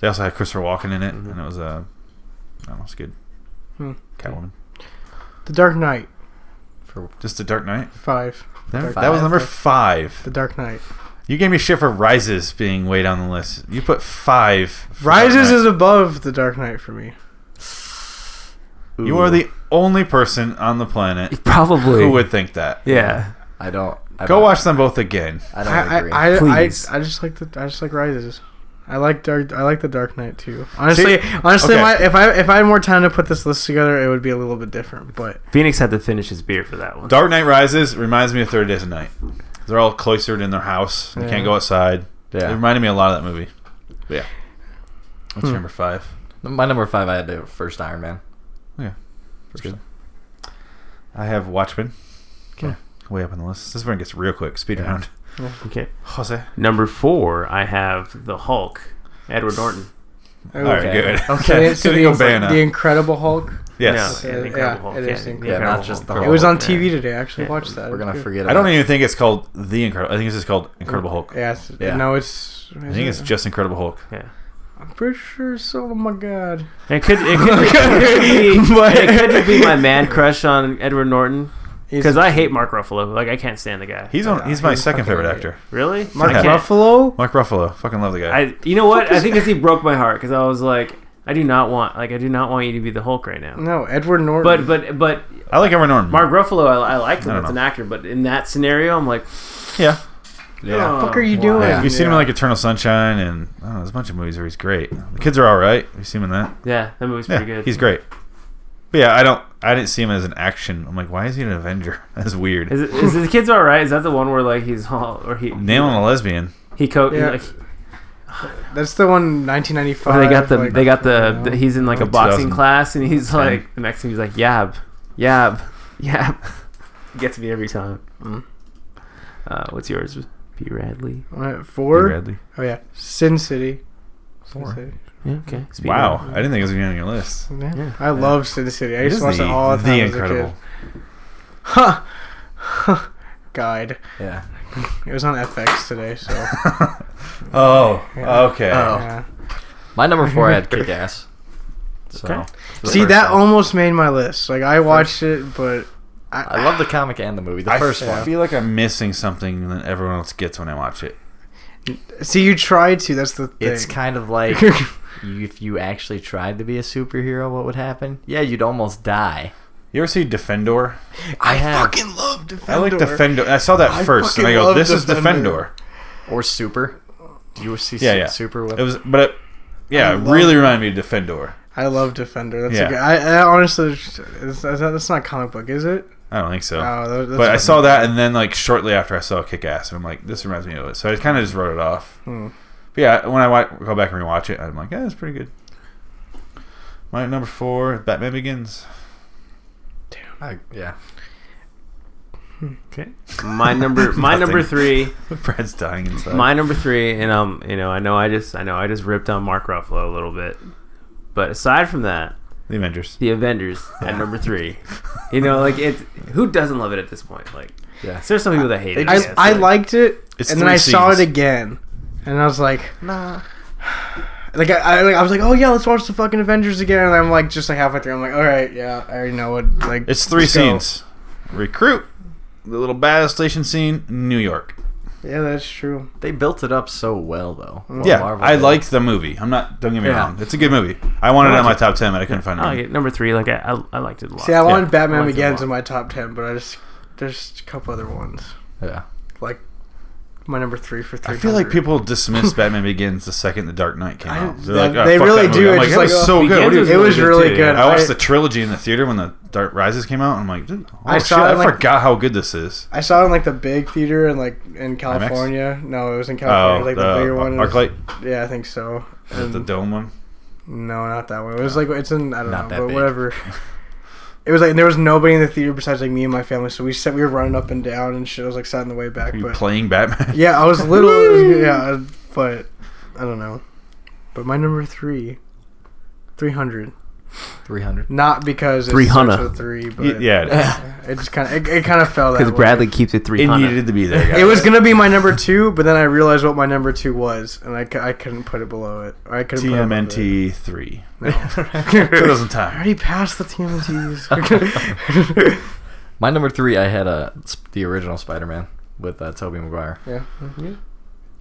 [SPEAKER 4] they also had Christopher Walken in it, and it was uh, I don't know, it's good.
[SPEAKER 5] Hmm.
[SPEAKER 4] Catwoman.
[SPEAKER 5] The Dark Knight
[SPEAKER 3] For
[SPEAKER 4] Just the Dark Knight.
[SPEAKER 5] Five.
[SPEAKER 4] That,
[SPEAKER 3] Five.
[SPEAKER 4] was number five.
[SPEAKER 5] The Dark Knight
[SPEAKER 4] You gave me shit for Rises being way down the list. You put five. for Dark
[SPEAKER 5] Rises
[SPEAKER 4] Knight.
[SPEAKER 5] is above The Dark Knight for me.
[SPEAKER 4] You are the only person on the planet
[SPEAKER 2] Probably.
[SPEAKER 4] who would think that.
[SPEAKER 2] yeah.
[SPEAKER 3] I don't. I
[SPEAKER 4] Go
[SPEAKER 3] don't-
[SPEAKER 4] watch them both again.
[SPEAKER 3] I don't
[SPEAKER 5] I
[SPEAKER 3] agree.
[SPEAKER 5] I, I, I, I
[SPEAKER 2] Please.
[SPEAKER 5] just like the I just like Rises. I like Dark. I like the Dark Knight too. Honestly,
[SPEAKER 4] See,
[SPEAKER 5] honestly,
[SPEAKER 4] okay.
[SPEAKER 5] my, if I if I had more time to put this list together, it would be a little bit different. But
[SPEAKER 2] Phoenix had to finish his beer for that one.
[SPEAKER 4] Dark Knight Rises reminds me of Thirty Days a Night. They're all cloistered in their house. They
[SPEAKER 5] Yeah.
[SPEAKER 4] can't go outside. It
[SPEAKER 3] yeah.
[SPEAKER 4] reminded me a lot of that movie. But yeah. What's
[SPEAKER 5] Hmm.
[SPEAKER 4] your number five?
[SPEAKER 3] My number five, I had the first Iron Man.
[SPEAKER 4] Yeah.
[SPEAKER 3] First
[SPEAKER 4] good. I have Watchmen.
[SPEAKER 3] 'Kay.
[SPEAKER 4] Way up on the list. This one gets real quick. Speed
[SPEAKER 3] Yeah.
[SPEAKER 4] round.
[SPEAKER 2] Okay.
[SPEAKER 4] Jose.
[SPEAKER 2] Number four, I have the Hulk, Edward Norton.
[SPEAKER 5] I
[SPEAKER 4] All
[SPEAKER 5] would-
[SPEAKER 4] right, good. [LAUGHS]
[SPEAKER 3] Okay.
[SPEAKER 5] So the,
[SPEAKER 4] Go
[SPEAKER 5] Inc-
[SPEAKER 4] Banner.
[SPEAKER 5] the Incredible Hulk.
[SPEAKER 4] Yes.
[SPEAKER 5] Yeah,
[SPEAKER 2] Yeah,
[SPEAKER 5] yeah,
[SPEAKER 2] the Incredible Hulk.
[SPEAKER 5] it is
[SPEAKER 2] the
[SPEAKER 5] Incredible
[SPEAKER 3] Yeah, not
[SPEAKER 2] Incredible
[SPEAKER 3] just the
[SPEAKER 2] Hulk.
[SPEAKER 5] It was on
[SPEAKER 4] Oh,
[SPEAKER 2] Yeah.
[SPEAKER 5] TV today. I actually
[SPEAKER 2] Yeah.
[SPEAKER 5] watched that.
[SPEAKER 3] We're
[SPEAKER 5] It
[SPEAKER 3] gonna
[SPEAKER 5] was good.
[SPEAKER 3] forget. About
[SPEAKER 4] I don't even think it's called The Incredible. I think it's just called Incredible Hulk.
[SPEAKER 5] Yeah, it's,
[SPEAKER 3] Yeah.
[SPEAKER 5] No, it's.
[SPEAKER 4] I think it's just Incredible Hulk.
[SPEAKER 2] Yeah.
[SPEAKER 5] I'm pretty sure. it's oh my god.
[SPEAKER 2] It could, it could, it could
[SPEAKER 5] [LAUGHS]
[SPEAKER 2] be, it could be my man crush on Edward Norton
[SPEAKER 5] He's-
[SPEAKER 2] because I hate Mark Ruffalo. Like I can't stand the guy.
[SPEAKER 4] He's on. He's my second favorite actor.
[SPEAKER 2] Really?
[SPEAKER 4] Mark
[SPEAKER 2] I can't-
[SPEAKER 5] Ruffalo.
[SPEAKER 4] Mark Ruffalo. Fucking love the guy.
[SPEAKER 2] I, you know what? I think
[SPEAKER 5] [LAUGHS]
[SPEAKER 2] because he broke my heart because I was like, I do not want, like, I do not want you to be the Hulk right now.
[SPEAKER 5] No, Edward Norton.
[SPEAKER 2] But, but, but
[SPEAKER 4] I, like Edward Norton.
[SPEAKER 2] Mark Ruffalo, I, I like
[SPEAKER 4] I
[SPEAKER 2] him
[SPEAKER 4] don't
[SPEAKER 2] as an
[SPEAKER 4] know.
[SPEAKER 2] actor, but in that scenario, I'm like,
[SPEAKER 4] Yeah.
[SPEAKER 3] Yeah.
[SPEAKER 5] What the fuck are you
[SPEAKER 2] Wow.
[SPEAKER 5] doing?
[SPEAKER 4] You've seen him in like Eternal Sunshine and I don't know, there's a bunch of movies where he's great. The kids are all right. You've seen him in that.
[SPEAKER 2] yeah, that movie's
[SPEAKER 4] Yeah,
[SPEAKER 2] pretty good.
[SPEAKER 4] he's great. But yeah, I don't. I didn't see him as an action. I'm like, why is he an Avenger? [LAUGHS] That's weird.
[SPEAKER 2] Is, it, is the kids all right? Is that the one where like he's all or he
[SPEAKER 4] Nailing a lesbian.
[SPEAKER 2] he co
[SPEAKER 5] Yeah.
[SPEAKER 2] like
[SPEAKER 5] That's the one. 1995.
[SPEAKER 4] Oh,
[SPEAKER 2] Or they got the
[SPEAKER 5] like,
[SPEAKER 2] they got the,
[SPEAKER 5] you
[SPEAKER 2] the
[SPEAKER 5] know.
[SPEAKER 2] he's in like a
[SPEAKER 4] Like
[SPEAKER 2] boxing
[SPEAKER 4] 2000.
[SPEAKER 2] class and he's
[SPEAKER 4] Ten.
[SPEAKER 2] like the next thing he's like yab yab yab gets me every time.
[SPEAKER 5] Mm.
[SPEAKER 2] Uh, what's yours, P Radley?
[SPEAKER 5] Alright, four.
[SPEAKER 4] Bradley.
[SPEAKER 5] Oh yeah, Sin City.
[SPEAKER 4] Four.
[SPEAKER 5] Sin City.
[SPEAKER 2] Yeah, okay. Speed
[SPEAKER 4] Wow,
[SPEAKER 2] round.
[SPEAKER 4] I didn't think it was gonna be on your list.
[SPEAKER 5] Yeah.
[SPEAKER 2] Yeah.
[SPEAKER 5] I love Sin City. I
[SPEAKER 4] It
[SPEAKER 5] used
[SPEAKER 4] is
[SPEAKER 5] to watch
[SPEAKER 4] the-
[SPEAKER 5] it all
[SPEAKER 4] the
[SPEAKER 5] the time. as a
[SPEAKER 4] Incredible.
[SPEAKER 5] kid. Huh. Huh. [LAUGHS] Guide.
[SPEAKER 3] Yeah.
[SPEAKER 5] It was on FX
[SPEAKER 4] [LAUGHS]
[SPEAKER 5] today, so
[SPEAKER 4] Oh,
[SPEAKER 5] Yeah.
[SPEAKER 4] okay.
[SPEAKER 3] Oh.
[SPEAKER 5] yeah.
[SPEAKER 3] My number four, I had Kick Ass. So.
[SPEAKER 2] Okay.
[SPEAKER 3] the
[SPEAKER 5] See,
[SPEAKER 3] first
[SPEAKER 5] that
[SPEAKER 3] one.
[SPEAKER 5] almost made my list. Like I watched it, but I,
[SPEAKER 3] I love the comic and the movie. The
[SPEAKER 4] I
[SPEAKER 3] first
[SPEAKER 4] f-
[SPEAKER 3] one.
[SPEAKER 4] feel like I'm missing something that everyone else gets when I watch it.
[SPEAKER 5] See, you tried to. That's the thing.
[SPEAKER 3] It's kind of like you- if you actually tried to be a superhero, what would happen? Yeah, you'd almost die.
[SPEAKER 4] You ever see Defendor?
[SPEAKER 3] I have
[SPEAKER 5] love Defender.
[SPEAKER 4] I like Defendor. I saw that
[SPEAKER 5] I
[SPEAKER 4] first, and I
[SPEAKER 5] fucking
[SPEAKER 4] go,
[SPEAKER 5] love
[SPEAKER 4] "This is
[SPEAKER 5] Defender."
[SPEAKER 4] Defendor."
[SPEAKER 3] or super. Do you see
[SPEAKER 4] Yeah, yeah.
[SPEAKER 3] super? With
[SPEAKER 4] It was, but it, yeah,
[SPEAKER 5] I
[SPEAKER 4] it
[SPEAKER 5] love-
[SPEAKER 4] really reminded me of Defendor.
[SPEAKER 5] I love Defender. That's
[SPEAKER 4] Yeah.
[SPEAKER 5] a good. I, I honestly, it's, it's, that's not a comic book, is it?
[SPEAKER 4] I don't think so.
[SPEAKER 5] Oh, that- that's
[SPEAKER 4] but I
[SPEAKER 5] fucking-
[SPEAKER 4] saw that, and then like shortly after, I saw Kick Ass, and I'm like, "This reminds me of it." So I kind of just wrote it off.
[SPEAKER 5] Hmm.
[SPEAKER 4] But yeah, when I wa- go back and rewatch it, I'm like, "Yeah, it's pretty good." My number four, Batman Begins. [LAUGHS]
[SPEAKER 3] I- yeah.
[SPEAKER 2] Okay. My [LAUGHS] number my number
[SPEAKER 4] Nothing.
[SPEAKER 2] three
[SPEAKER 4] Brad's dying inside.
[SPEAKER 2] my number three and um you know I know I just I know I just ripped on Mark Ruffalo a little bit, but aside from that,
[SPEAKER 4] The Avengers.
[SPEAKER 2] The Avengers at number three. You know, like it's who doesn't love it at this point? Like,
[SPEAKER 3] Yeah.
[SPEAKER 2] there's some people that hate it.
[SPEAKER 5] I,
[SPEAKER 2] guess,
[SPEAKER 5] I
[SPEAKER 2] but-
[SPEAKER 5] liked it,
[SPEAKER 4] It's
[SPEAKER 5] and then
[SPEAKER 4] three
[SPEAKER 5] I saw it
[SPEAKER 4] scenes.
[SPEAKER 5] again, and I was like,
[SPEAKER 3] Nah.
[SPEAKER 5] [SIGHS] like I, I, like, I was like, oh yeah, let's watch the fucking Avengers again, and I'm like, just like halfway through, I'm like, all right, yeah, I already know what. Like,
[SPEAKER 4] It's three
[SPEAKER 5] let's go."
[SPEAKER 4] scenes. Recruit, the little battle station scene, New York.
[SPEAKER 5] Yeah, that's true.
[SPEAKER 3] They built it up so well though. What
[SPEAKER 4] yeah,
[SPEAKER 3] Oh, Marvel
[SPEAKER 4] I
[SPEAKER 3] did.
[SPEAKER 4] liked the movie. I'm not. Don't get me
[SPEAKER 2] Yeah.
[SPEAKER 4] wrong. It's a good movie. I wanted it on my top ten, but I couldn't
[SPEAKER 2] I
[SPEAKER 4] find
[SPEAKER 2] like
[SPEAKER 4] it.
[SPEAKER 2] it. Number three, like I, I, I liked it a lot.
[SPEAKER 5] See, I wanted Batman
[SPEAKER 2] I liked it a
[SPEAKER 5] Begins
[SPEAKER 2] lot.
[SPEAKER 5] in my top ten, but I just there's a couple other ones
[SPEAKER 3] Yeah.
[SPEAKER 5] like my number three for
[SPEAKER 4] I
[SPEAKER 5] three.
[SPEAKER 4] feel like people [LAUGHS] dismiss Batman Begins the second The Dark Knight came
[SPEAKER 5] I-
[SPEAKER 4] out. They're
[SPEAKER 5] yeah,
[SPEAKER 4] like, "Oh,
[SPEAKER 5] they
[SPEAKER 4] fuck
[SPEAKER 5] really
[SPEAKER 4] that
[SPEAKER 5] do.
[SPEAKER 4] movie." I'm
[SPEAKER 5] It's
[SPEAKER 4] like,
[SPEAKER 5] just
[SPEAKER 4] it
[SPEAKER 5] like,
[SPEAKER 4] was so
[SPEAKER 5] oh,
[SPEAKER 4] good. What do you
[SPEAKER 5] It was really good.
[SPEAKER 4] I watched
[SPEAKER 5] I-
[SPEAKER 4] the trilogy in the theater when the Dark Rises came out, and I'm like, dude, oh,
[SPEAKER 5] I
[SPEAKER 4] shit,
[SPEAKER 5] saw it,
[SPEAKER 4] I
[SPEAKER 5] like-
[SPEAKER 4] forgot how good this is.
[SPEAKER 5] I saw it in like the big theater in like in California. No, it was in California,
[SPEAKER 4] Oh,
[SPEAKER 5] like
[SPEAKER 4] the,
[SPEAKER 5] the, bigger one.
[SPEAKER 4] Arc Light,
[SPEAKER 5] Yeah, I think so.
[SPEAKER 4] Is it the
[SPEAKER 5] And-
[SPEAKER 4] dome one.
[SPEAKER 5] No, not that one. It was like it's in I don't
[SPEAKER 3] Not
[SPEAKER 5] know,
[SPEAKER 3] that
[SPEAKER 5] but
[SPEAKER 3] big.
[SPEAKER 5] whatever. It was like there was nobody in the theater besides like me and my family, so we sat we were running up and down and shit. I was like sat in the way back,
[SPEAKER 4] Are you
[SPEAKER 5] but
[SPEAKER 4] playing Batman?
[SPEAKER 5] yeah, I was little. it was good, yeah, but I don't know. But my number three, three hundred,
[SPEAKER 3] Three hundred.
[SPEAKER 5] not because it's
[SPEAKER 2] 300.
[SPEAKER 5] such a
[SPEAKER 4] [LAUGHS]
[SPEAKER 5] three,
[SPEAKER 4] Y-
[SPEAKER 5] but
[SPEAKER 4] yeah, it is.
[SPEAKER 5] [LAUGHS] it just kind of it, it kind of fell that
[SPEAKER 2] because
[SPEAKER 5] way.
[SPEAKER 2] Bradley keeps it three
[SPEAKER 4] it
[SPEAKER 2] hundred.
[SPEAKER 4] needed to be there. Guys.
[SPEAKER 5] It was gonna be my number two, but then I realized what my number two was, and I, c- I couldn't put it below it. Or I couldn't
[SPEAKER 4] TMNT three.
[SPEAKER 5] [LAUGHS] Put it above it. No.
[SPEAKER 4] Two thousand
[SPEAKER 5] I
[SPEAKER 4] time.
[SPEAKER 5] already passed the TMNTs.
[SPEAKER 3] My number three, I had uh, sp- the original Spider-Man with uh, Tobey Maguire.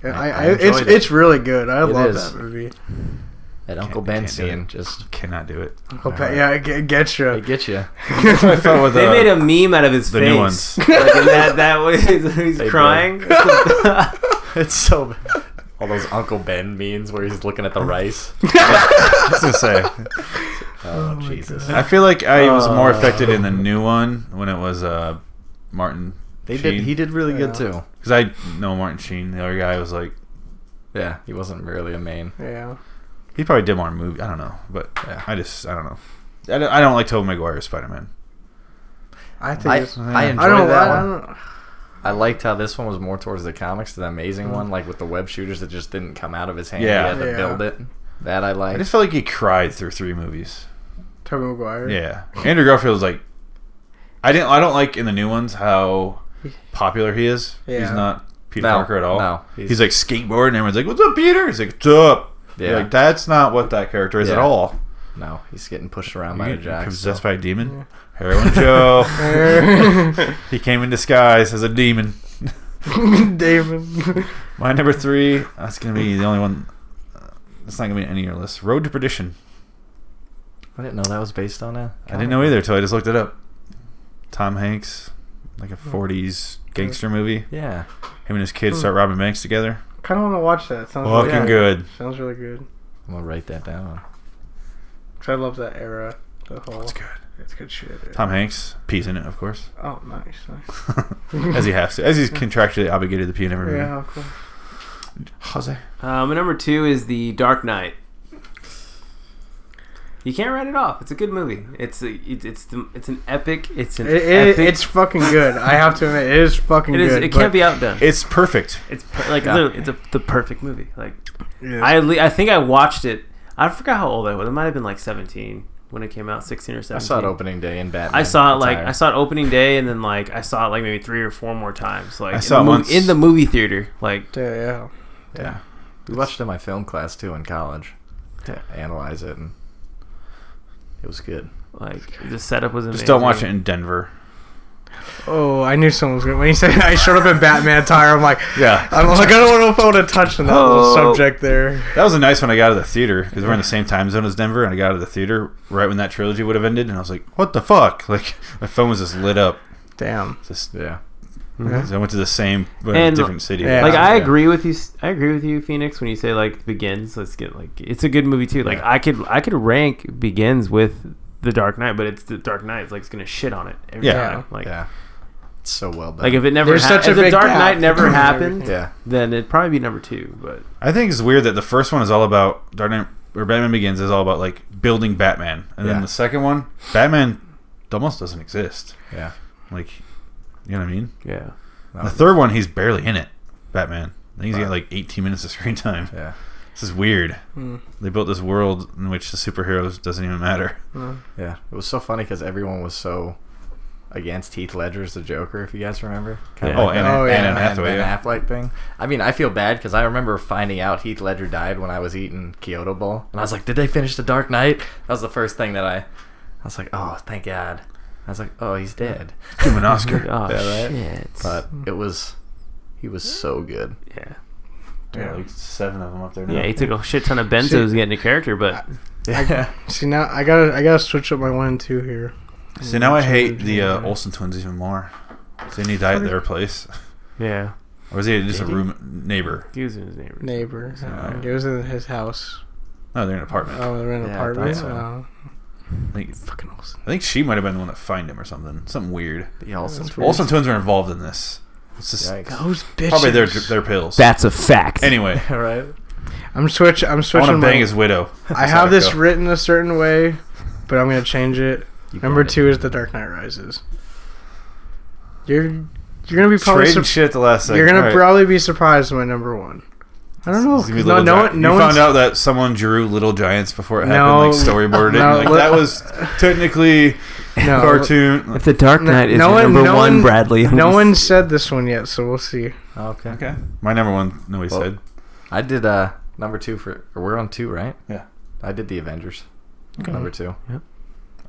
[SPEAKER 5] I, I,
[SPEAKER 3] I
[SPEAKER 5] it's
[SPEAKER 3] enjoyed it.
[SPEAKER 5] it's really good. I
[SPEAKER 3] It
[SPEAKER 5] love
[SPEAKER 3] is.
[SPEAKER 5] that movie.
[SPEAKER 3] That Uncle
[SPEAKER 4] I
[SPEAKER 3] Ben
[SPEAKER 4] can't do
[SPEAKER 3] scene [LAUGHS]
[SPEAKER 4] it.
[SPEAKER 3] just
[SPEAKER 4] [LAUGHS] Cannot do it.
[SPEAKER 5] Uncle Pat- yeah, it, it gets
[SPEAKER 3] I
[SPEAKER 5] you.
[SPEAKER 3] get you.
[SPEAKER 4] That's what I felt
[SPEAKER 5] [LAUGHS]
[SPEAKER 4] with
[SPEAKER 2] They
[SPEAKER 4] uh,
[SPEAKER 2] made a meme out of his
[SPEAKER 4] the
[SPEAKER 2] face.
[SPEAKER 4] new
[SPEAKER 2] [LAUGHS]
[SPEAKER 4] ones.
[SPEAKER 2] Like, and that that was [LAUGHS] he's
[SPEAKER 3] They
[SPEAKER 5] [LAUGHS]
[SPEAKER 2] crying.
[SPEAKER 3] [LAUGHS] It's so bad. all those Uncle Ben memes where he's looking at the rice.
[SPEAKER 4] I was gonna say.
[SPEAKER 3] [LAUGHS] Oh, Jesus!
[SPEAKER 4] I feel like I was more
[SPEAKER 2] Uh.
[SPEAKER 4] affected in the new one when it was uh, Martin.
[SPEAKER 3] They did. He did really good
[SPEAKER 5] Yeah.
[SPEAKER 3] too.
[SPEAKER 4] because I know Martin Sheen. The other guy was like
[SPEAKER 3] Yeah, he wasn't really a main.
[SPEAKER 5] Yeah,
[SPEAKER 4] he probably did more movie. I don't know, but
[SPEAKER 3] Yeah.
[SPEAKER 4] I just I don't know. I don't, I don't like Tobey Maguire Spider Man.
[SPEAKER 5] I think
[SPEAKER 3] I,
[SPEAKER 5] it's.
[SPEAKER 3] I enjoyed
[SPEAKER 5] I don't.
[SPEAKER 3] that
[SPEAKER 5] I,
[SPEAKER 3] one.
[SPEAKER 5] don't.
[SPEAKER 3] I liked how this one was more towards the comics, the amazing one, like with the web shooters that just didn't come out of his hand.
[SPEAKER 4] Yeah.
[SPEAKER 3] He had to
[SPEAKER 5] Yeah.
[SPEAKER 3] build it. That I
[SPEAKER 4] I
[SPEAKER 3] liked.
[SPEAKER 4] just felt like he cried through three movies.
[SPEAKER 5] Tobey Maguire.
[SPEAKER 4] Yeah, Andrew Garfield's like, I didn't. I don't like in the new ones how popular he is. He's
[SPEAKER 5] Yeah.
[SPEAKER 4] not Peter
[SPEAKER 3] No,
[SPEAKER 4] Parker at all.
[SPEAKER 3] no.
[SPEAKER 4] he's, like skateboarding. Everyone's like, "What's up, Peter?" He's like, "What's up?"
[SPEAKER 3] Yeah.
[SPEAKER 4] You're Like that's not what that character is at
[SPEAKER 3] Yeah.
[SPEAKER 4] all.
[SPEAKER 3] no, he's getting pushed around by
[SPEAKER 4] You
[SPEAKER 3] a
[SPEAKER 4] get
[SPEAKER 3] jack. so-
[SPEAKER 4] possessed by a demon. Heroin
[SPEAKER 2] [LAUGHS]
[SPEAKER 4] Joe.
[SPEAKER 3] [LAUGHS]
[SPEAKER 4] he came in disguise as a demon.
[SPEAKER 5] [LAUGHS] David.
[SPEAKER 4] My number three. That's gonna be the only one. That's not gonna be on any of your list. Road to Perdition.
[SPEAKER 3] I didn't know that was based on a.
[SPEAKER 4] I didn't know either until I just looked it up. Tom Hanks, like a '40s gangster movie.
[SPEAKER 3] Yeah.
[SPEAKER 4] Him and his kids start robbing banks together.
[SPEAKER 5] kind of want to watch that. It sounds really
[SPEAKER 4] Fucking good.
[SPEAKER 5] Sounds really good.
[SPEAKER 3] I'm gonna write that down.
[SPEAKER 5] 'Cause I love that era. The whole.
[SPEAKER 4] It's good.
[SPEAKER 5] It's good shit. yeah.
[SPEAKER 4] Tom Hanks, pees in it, of course,
[SPEAKER 5] Oh, nice. nice.
[SPEAKER 4] as he has to, as he's contractually obligated to pee in every movie.
[SPEAKER 5] Yeah, of course.
[SPEAKER 4] Jose,
[SPEAKER 2] Um, my number two is the Dark Knight. You can't write it off. It's a good movie. It's a, it's it's the, it's an epic. It's an
[SPEAKER 5] It, it,
[SPEAKER 2] epic.
[SPEAKER 5] it's fucking good. I have to admit, it is fucking
[SPEAKER 2] it is.
[SPEAKER 5] good.
[SPEAKER 2] it can't be outdone.
[SPEAKER 4] it's perfect.
[SPEAKER 2] It's per- like
[SPEAKER 3] Yeah.
[SPEAKER 2] literally, it's a, the perfect movie. Like
[SPEAKER 5] be. Yeah.
[SPEAKER 2] I le- I think I watched it. I forgot how old I was. It might have been like seventeen when it came out, sixteen or
[SPEAKER 3] I
[SPEAKER 2] seventeen.
[SPEAKER 3] saw it opening day in Batman.
[SPEAKER 2] I saw it like
[SPEAKER 3] attire.
[SPEAKER 2] I saw it opening day, and then like I saw it like maybe three or four more times. Like
[SPEAKER 4] I
[SPEAKER 2] in
[SPEAKER 4] saw
[SPEAKER 2] the
[SPEAKER 4] it
[SPEAKER 2] movie-
[SPEAKER 4] once.
[SPEAKER 2] in the movie theater. Like
[SPEAKER 5] Yeah, yeah.
[SPEAKER 4] Yeah,
[SPEAKER 3] We watched it in my film class too in college to analyze it, and it was good.
[SPEAKER 2] like the setup was amazing.
[SPEAKER 4] just don't watch it in Denver.
[SPEAKER 5] Oh, I knew someone was gonna. When he said I showed up in Batman attire, I'm like,
[SPEAKER 4] Yeah,
[SPEAKER 5] I'm like, I don't know if I want to touch on that
[SPEAKER 2] Oh.
[SPEAKER 5] little subject there.
[SPEAKER 4] that was a nice one. I got out of the theater because we're in the same time zone as Denver, and I got out of the theater right when that trilogy would have ended, and I was like, "What the fuck?" [LAUGHS] Like my phone was just lit up.
[SPEAKER 5] Damn.
[SPEAKER 4] Just
[SPEAKER 3] Yeah.
[SPEAKER 4] because I went to the same but
[SPEAKER 2] And-
[SPEAKER 4] different city.
[SPEAKER 5] Yeah.
[SPEAKER 2] Like I
[SPEAKER 3] Yeah.
[SPEAKER 2] agree with you. I agree with you, Phoenix, when you say like Begins. Let's get like it's a good movie too. Like
[SPEAKER 4] Yeah.
[SPEAKER 2] I could I could rank Begins with The Dark Knight, but it's The Dark Knight. It's like it's gonna shit on it every
[SPEAKER 4] Yeah.
[SPEAKER 2] time. Like
[SPEAKER 3] yeah. It's so well done.
[SPEAKER 2] like if it never
[SPEAKER 5] There's
[SPEAKER 2] ha-
[SPEAKER 5] such a
[SPEAKER 2] if The
[SPEAKER 5] big
[SPEAKER 2] Dark
[SPEAKER 5] gap
[SPEAKER 2] Knight never
[SPEAKER 5] between
[SPEAKER 2] happened,
[SPEAKER 5] everything.
[SPEAKER 3] yeah.
[SPEAKER 2] then it'd probably be number two. But
[SPEAKER 4] I think it's weird that the first one is all about Dark Knight or Batman Begins is all about like building Batman, and
[SPEAKER 3] Yeah.
[SPEAKER 4] then the second one, Batman almost doesn't exist.
[SPEAKER 3] Yeah.
[SPEAKER 4] Like, you know what I mean?
[SPEAKER 2] yeah,
[SPEAKER 4] The third one, he's barely in it. Batman. I think he's got like 18 minutes of screen time.
[SPEAKER 3] Yeah.
[SPEAKER 4] This is weird.
[SPEAKER 5] Mm,
[SPEAKER 4] They built this world in which the superheroes doesn't even [LAUGHS] matter.
[SPEAKER 5] no.
[SPEAKER 3] Yeah, it was so funny because everyone was so against Heath Ledger's the Joker, if you guys remember.
[SPEAKER 2] Yeah.
[SPEAKER 4] Oh, and
[SPEAKER 5] Oh, yeah.
[SPEAKER 4] and Anne
[SPEAKER 5] And
[SPEAKER 4] Hathaway.
[SPEAKER 3] Ben
[SPEAKER 4] yeah.
[SPEAKER 3] Affleck thing. I mean, I feel bad because I remember finding out Heath Ledger died when I was eating Kyoto Bowl, and I was like, "Did they finish The Dark Knight?" That was the first thing that I, I was like, "Oh, thank God." I was like, "Oh, he's dead."
[SPEAKER 4] Give [LAUGHS] him
[SPEAKER 2] [LAUGHS]
[SPEAKER 4] an Oscar.
[SPEAKER 2] Oh
[SPEAKER 3] Yeah, right?
[SPEAKER 2] shit!
[SPEAKER 3] But it was, he was so good.
[SPEAKER 2] yeah,
[SPEAKER 4] Yeah, like seven of them up there. Now.
[SPEAKER 2] yeah, he took a shit ton of benzos to get into character, but
[SPEAKER 3] [LAUGHS] Yeah,
[SPEAKER 5] See now I gotta I gotta switch up my one and two here.
[SPEAKER 4] See, now I hate the uh, Olsen twins even more. So he died at their place,
[SPEAKER 2] yeah,
[SPEAKER 4] or was he just a
[SPEAKER 3] Did he?
[SPEAKER 4] room neighbor?
[SPEAKER 2] he was in his neighbor. Uh,
[SPEAKER 5] Neighbor.
[SPEAKER 4] Alright.
[SPEAKER 5] It was in his house.
[SPEAKER 4] No, they're in an apartment.
[SPEAKER 5] Oh, they're in an
[SPEAKER 3] Yeah, I thought
[SPEAKER 5] apartment.
[SPEAKER 3] so.
[SPEAKER 5] Oh.
[SPEAKER 4] I, think,
[SPEAKER 5] Fucking Olsen.
[SPEAKER 4] I think she might have been the one that found him or something. Something weird.
[SPEAKER 3] the Olsen.
[SPEAKER 5] That's
[SPEAKER 3] twins.
[SPEAKER 5] weird.
[SPEAKER 4] Olsen twins were involved in this. It's just
[SPEAKER 3] Yikes.
[SPEAKER 5] Those bitches.
[SPEAKER 4] probably their their pills.
[SPEAKER 2] That's a fact.
[SPEAKER 4] anyway, [LAUGHS]
[SPEAKER 3] right.
[SPEAKER 5] I'm switch. I'm
[SPEAKER 4] I want to
[SPEAKER 5] switching.
[SPEAKER 4] bang
[SPEAKER 5] my-
[SPEAKER 4] his widow.
[SPEAKER 5] I
[SPEAKER 4] That's
[SPEAKER 5] have
[SPEAKER 4] how it
[SPEAKER 5] this
[SPEAKER 4] go.
[SPEAKER 5] written a certain way, but I'm gonna change it.
[SPEAKER 3] You
[SPEAKER 5] Number
[SPEAKER 3] got it.
[SPEAKER 5] two is The Dark Knight Rises. You're you're gonna be probably
[SPEAKER 4] trading
[SPEAKER 5] sur-
[SPEAKER 4] shit at the last 2nd
[SPEAKER 5] you're gonna probably be surprised at my number one. I don't know. 'cause No, no, one- no
[SPEAKER 4] you
[SPEAKER 5] one's
[SPEAKER 4] found out that someone drew little giants before it happened,
[SPEAKER 5] No,
[SPEAKER 4] like storyboarded it.
[SPEAKER 5] no,
[SPEAKER 4] and, like,
[SPEAKER 5] li-
[SPEAKER 4] that
[SPEAKER 5] [LAUGHS]
[SPEAKER 4] was technically [LAUGHS]
[SPEAKER 5] no,
[SPEAKER 4] cartoon.
[SPEAKER 2] the Dark
[SPEAKER 5] No- Knight is no your one- number no one, one-
[SPEAKER 2] Bradley,
[SPEAKER 5] No one said this one yet, so we'll see.
[SPEAKER 3] Okay.
[SPEAKER 4] Okay, my number one. No, he
[SPEAKER 3] Well-
[SPEAKER 4] said.
[SPEAKER 3] I did uh number two for or we're on two, right?
[SPEAKER 4] Yeah.
[SPEAKER 3] I did the Avengers.
[SPEAKER 2] Okay.
[SPEAKER 3] Number two.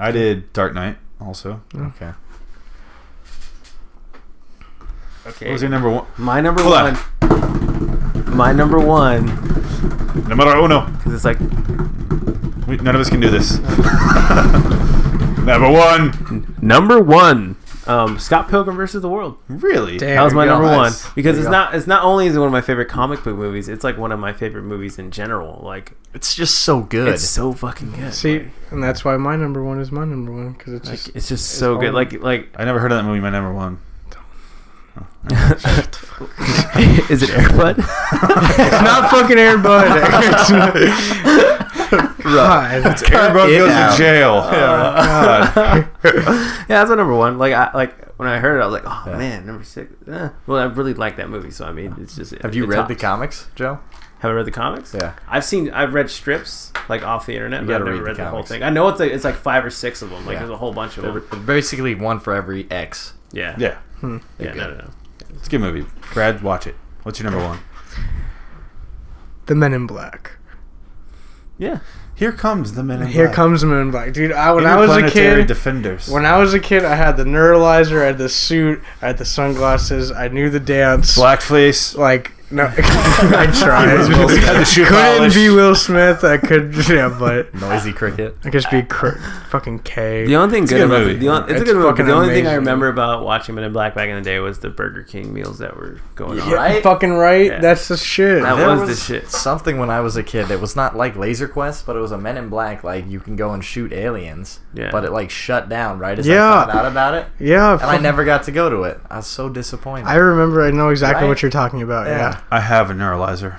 [SPEAKER 4] I did Dark Knight also.
[SPEAKER 3] [LAUGHS] Okay.
[SPEAKER 4] What
[SPEAKER 2] Okay.
[SPEAKER 4] was your number one?
[SPEAKER 2] My number
[SPEAKER 4] Hold
[SPEAKER 2] one. My number one
[SPEAKER 4] Number uno.
[SPEAKER 2] because it's like
[SPEAKER 4] We, none of us can do this. [LAUGHS] number one.
[SPEAKER 2] number one. Um, Scott Pilgrim versus the World.
[SPEAKER 4] Really?
[SPEAKER 5] Damn.
[SPEAKER 2] That was my
[SPEAKER 5] There we go.
[SPEAKER 2] number one
[SPEAKER 4] Nice.
[SPEAKER 2] because it's
[SPEAKER 3] There you go.
[SPEAKER 2] not. It's not only is it one of my favorite comic book movies. It's like one of my favorite movies in general. Like
[SPEAKER 3] It's just so good.
[SPEAKER 2] it's so fucking good.
[SPEAKER 5] See, and that's why my number one is my number one because it's
[SPEAKER 2] Like
[SPEAKER 5] just
[SPEAKER 2] it's just so
[SPEAKER 5] all-
[SPEAKER 2] good. Like like
[SPEAKER 4] I never heard of that movie. My number one.
[SPEAKER 2] is it
[SPEAKER 3] [LAUGHS]
[SPEAKER 2] Airbud?
[SPEAKER 5] it's not fucking Air
[SPEAKER 2] [LAUGHS]
[SPEAKER 5] Bud. It's not- God.
[SPEAKER 4] Everybody
[SPEAKER 3] it
[SPEAKER 4] goes
[SPEAKER 3] out. Oh,
[SPEAKER 4] to jail. [LAUGHS] yeah, Oh, God. [LAUGHS]
[SPEAKER 2] yeah, that's my number one. Like I like when I heard it, I was like, oh
[SPEAKER 3] Yeah.
[SPEAKER 2] man, number six. Eh. Well, I really like that movie, so I mean, it's just.
[SPEAKER 3] Have you read the
[SPEAKER 2] comics?
[SPEAKER 3] comics, Joe?
[SPEAKER 2] Have I read the comics?
[SPEAKER 3] Yeah.
[SPEAKER 2] I've seen. I've read strips like off the internet.
[SPEAKER 3] You
[SPEAKER 2] but I've
[SPEAKER 3] gotta
[SPEAKER 2] never
[SPEAKER 3] read
[SPEAKER 2] read
[SPEAKER 3] the
[SPEAKER 2] the, whole
[SPEAKER 3] comics.
[SPEAKER 2] thing. I know it's like it's like five or six of them. Like
[SPEAKER 3] Yeah.
[SPEAKER 2] there's a whole bunch of
[SPEAKER 3] They're
[SPEAKER 2] them.
[SPEAKER 3] basically one for every X.
[SPEAKER 2] Yeah.
[SPEAKER 4] yeah.
[SPEAKER 2] Yeah. No,
[SPEAKER 3] good.
[SPEAKER 2] no, no.
[SPEAKER 4] It's a good movie. Brad, watch it. What's your number one?
[SPEAKER 5] the Men in Black.
[SPEAKER 2] Yeah.
[SPEAKER 4] Here comes the men. in
[SPEAKER 5] Here
[SPEAKER 4] black.
[SPEAKER 5] comes Men in Black, dude. I, when I was a
[SPEAKER 4] Interplanetary
[SPEAKER 5] kid,
[SPEAKER 4] defenders.
[SPEAKER 5] When I was a kid, I had the neuralizer, I had the suit, I had the sunglasses, I knew the dance.
[SPEAKER 4] Blackface.
[SPEAKER 5] Like, no, [LAUGHS]
[SPEAKER 4] [LAUGHS]
[SPEAKER 5] I tried.
[SPEAKER 4] Will Smith had the shoe
[SPEAKER 5] Couldn't
[SPEAKER 4] polish.
[SPEAKER 5] be Will Smith. I could, [LAUGHS] yeah, but
[SPEAKER 3] Noisy cricket.
[SPEAKER 5] I could just be cr- fucking K.
[SPEAKER 2] The only thing
[SPEAKER 4] a
[SPEAKER 2] good,
[SPEAKER 4] good
[SPEAKER 2] about
[SPEAKER 4] movie.
[SPEAKER 2] The, the only, it's,
[SPEAKER 5] It's
[SPEAKER 2] a good movie.
[SPEAKER 5] fucking
[SPEAKER 2] but The only thing I
[SPEAKER 5] amazing.
[SPEAKER 2] remember about watching Men in Black back in the day was the Burger King meals that were going
[SPEAKER 5] Yeah,
[SPEAKER 2] on.
[SPEAKER 3] Right?
[SPEAKER 5] Fucking right.
[SPEAKER 2] Yeah.
[SPEAKER 5] That's the shit.
[SPEAKER 2] That
[SPEAKER 3] There
[SPEAKER 2] was,
[SPEAKER 3] was-
[SPEAKER 2] the shit.
[SPEAKER 3] Something when I was a kid that was not like Laser Quest, but it was a Men in Black. Like you can go and shoot aliens,
[SPEAKER 2] Yeah.
[SPEAKER 3] but it like shut down right as I
[SPEAKER 5] Yeah.
[SPEAKER 3] found out about it,
[SPEAKER 5] yeah.
[SPEAKER 3] and I
[SPEAKER 5] fuck-
[SPEAKER 3] never got to go to it. I was so disappointed.
[SPEAKER 5] I remember. I know exactly
[SPEAKER 3] Right?
[SPEAKER 5] what you're talking about. Yeah.
[SPEAKER 3] Yeah.
[SPEAKER 4] I have a neuralizer.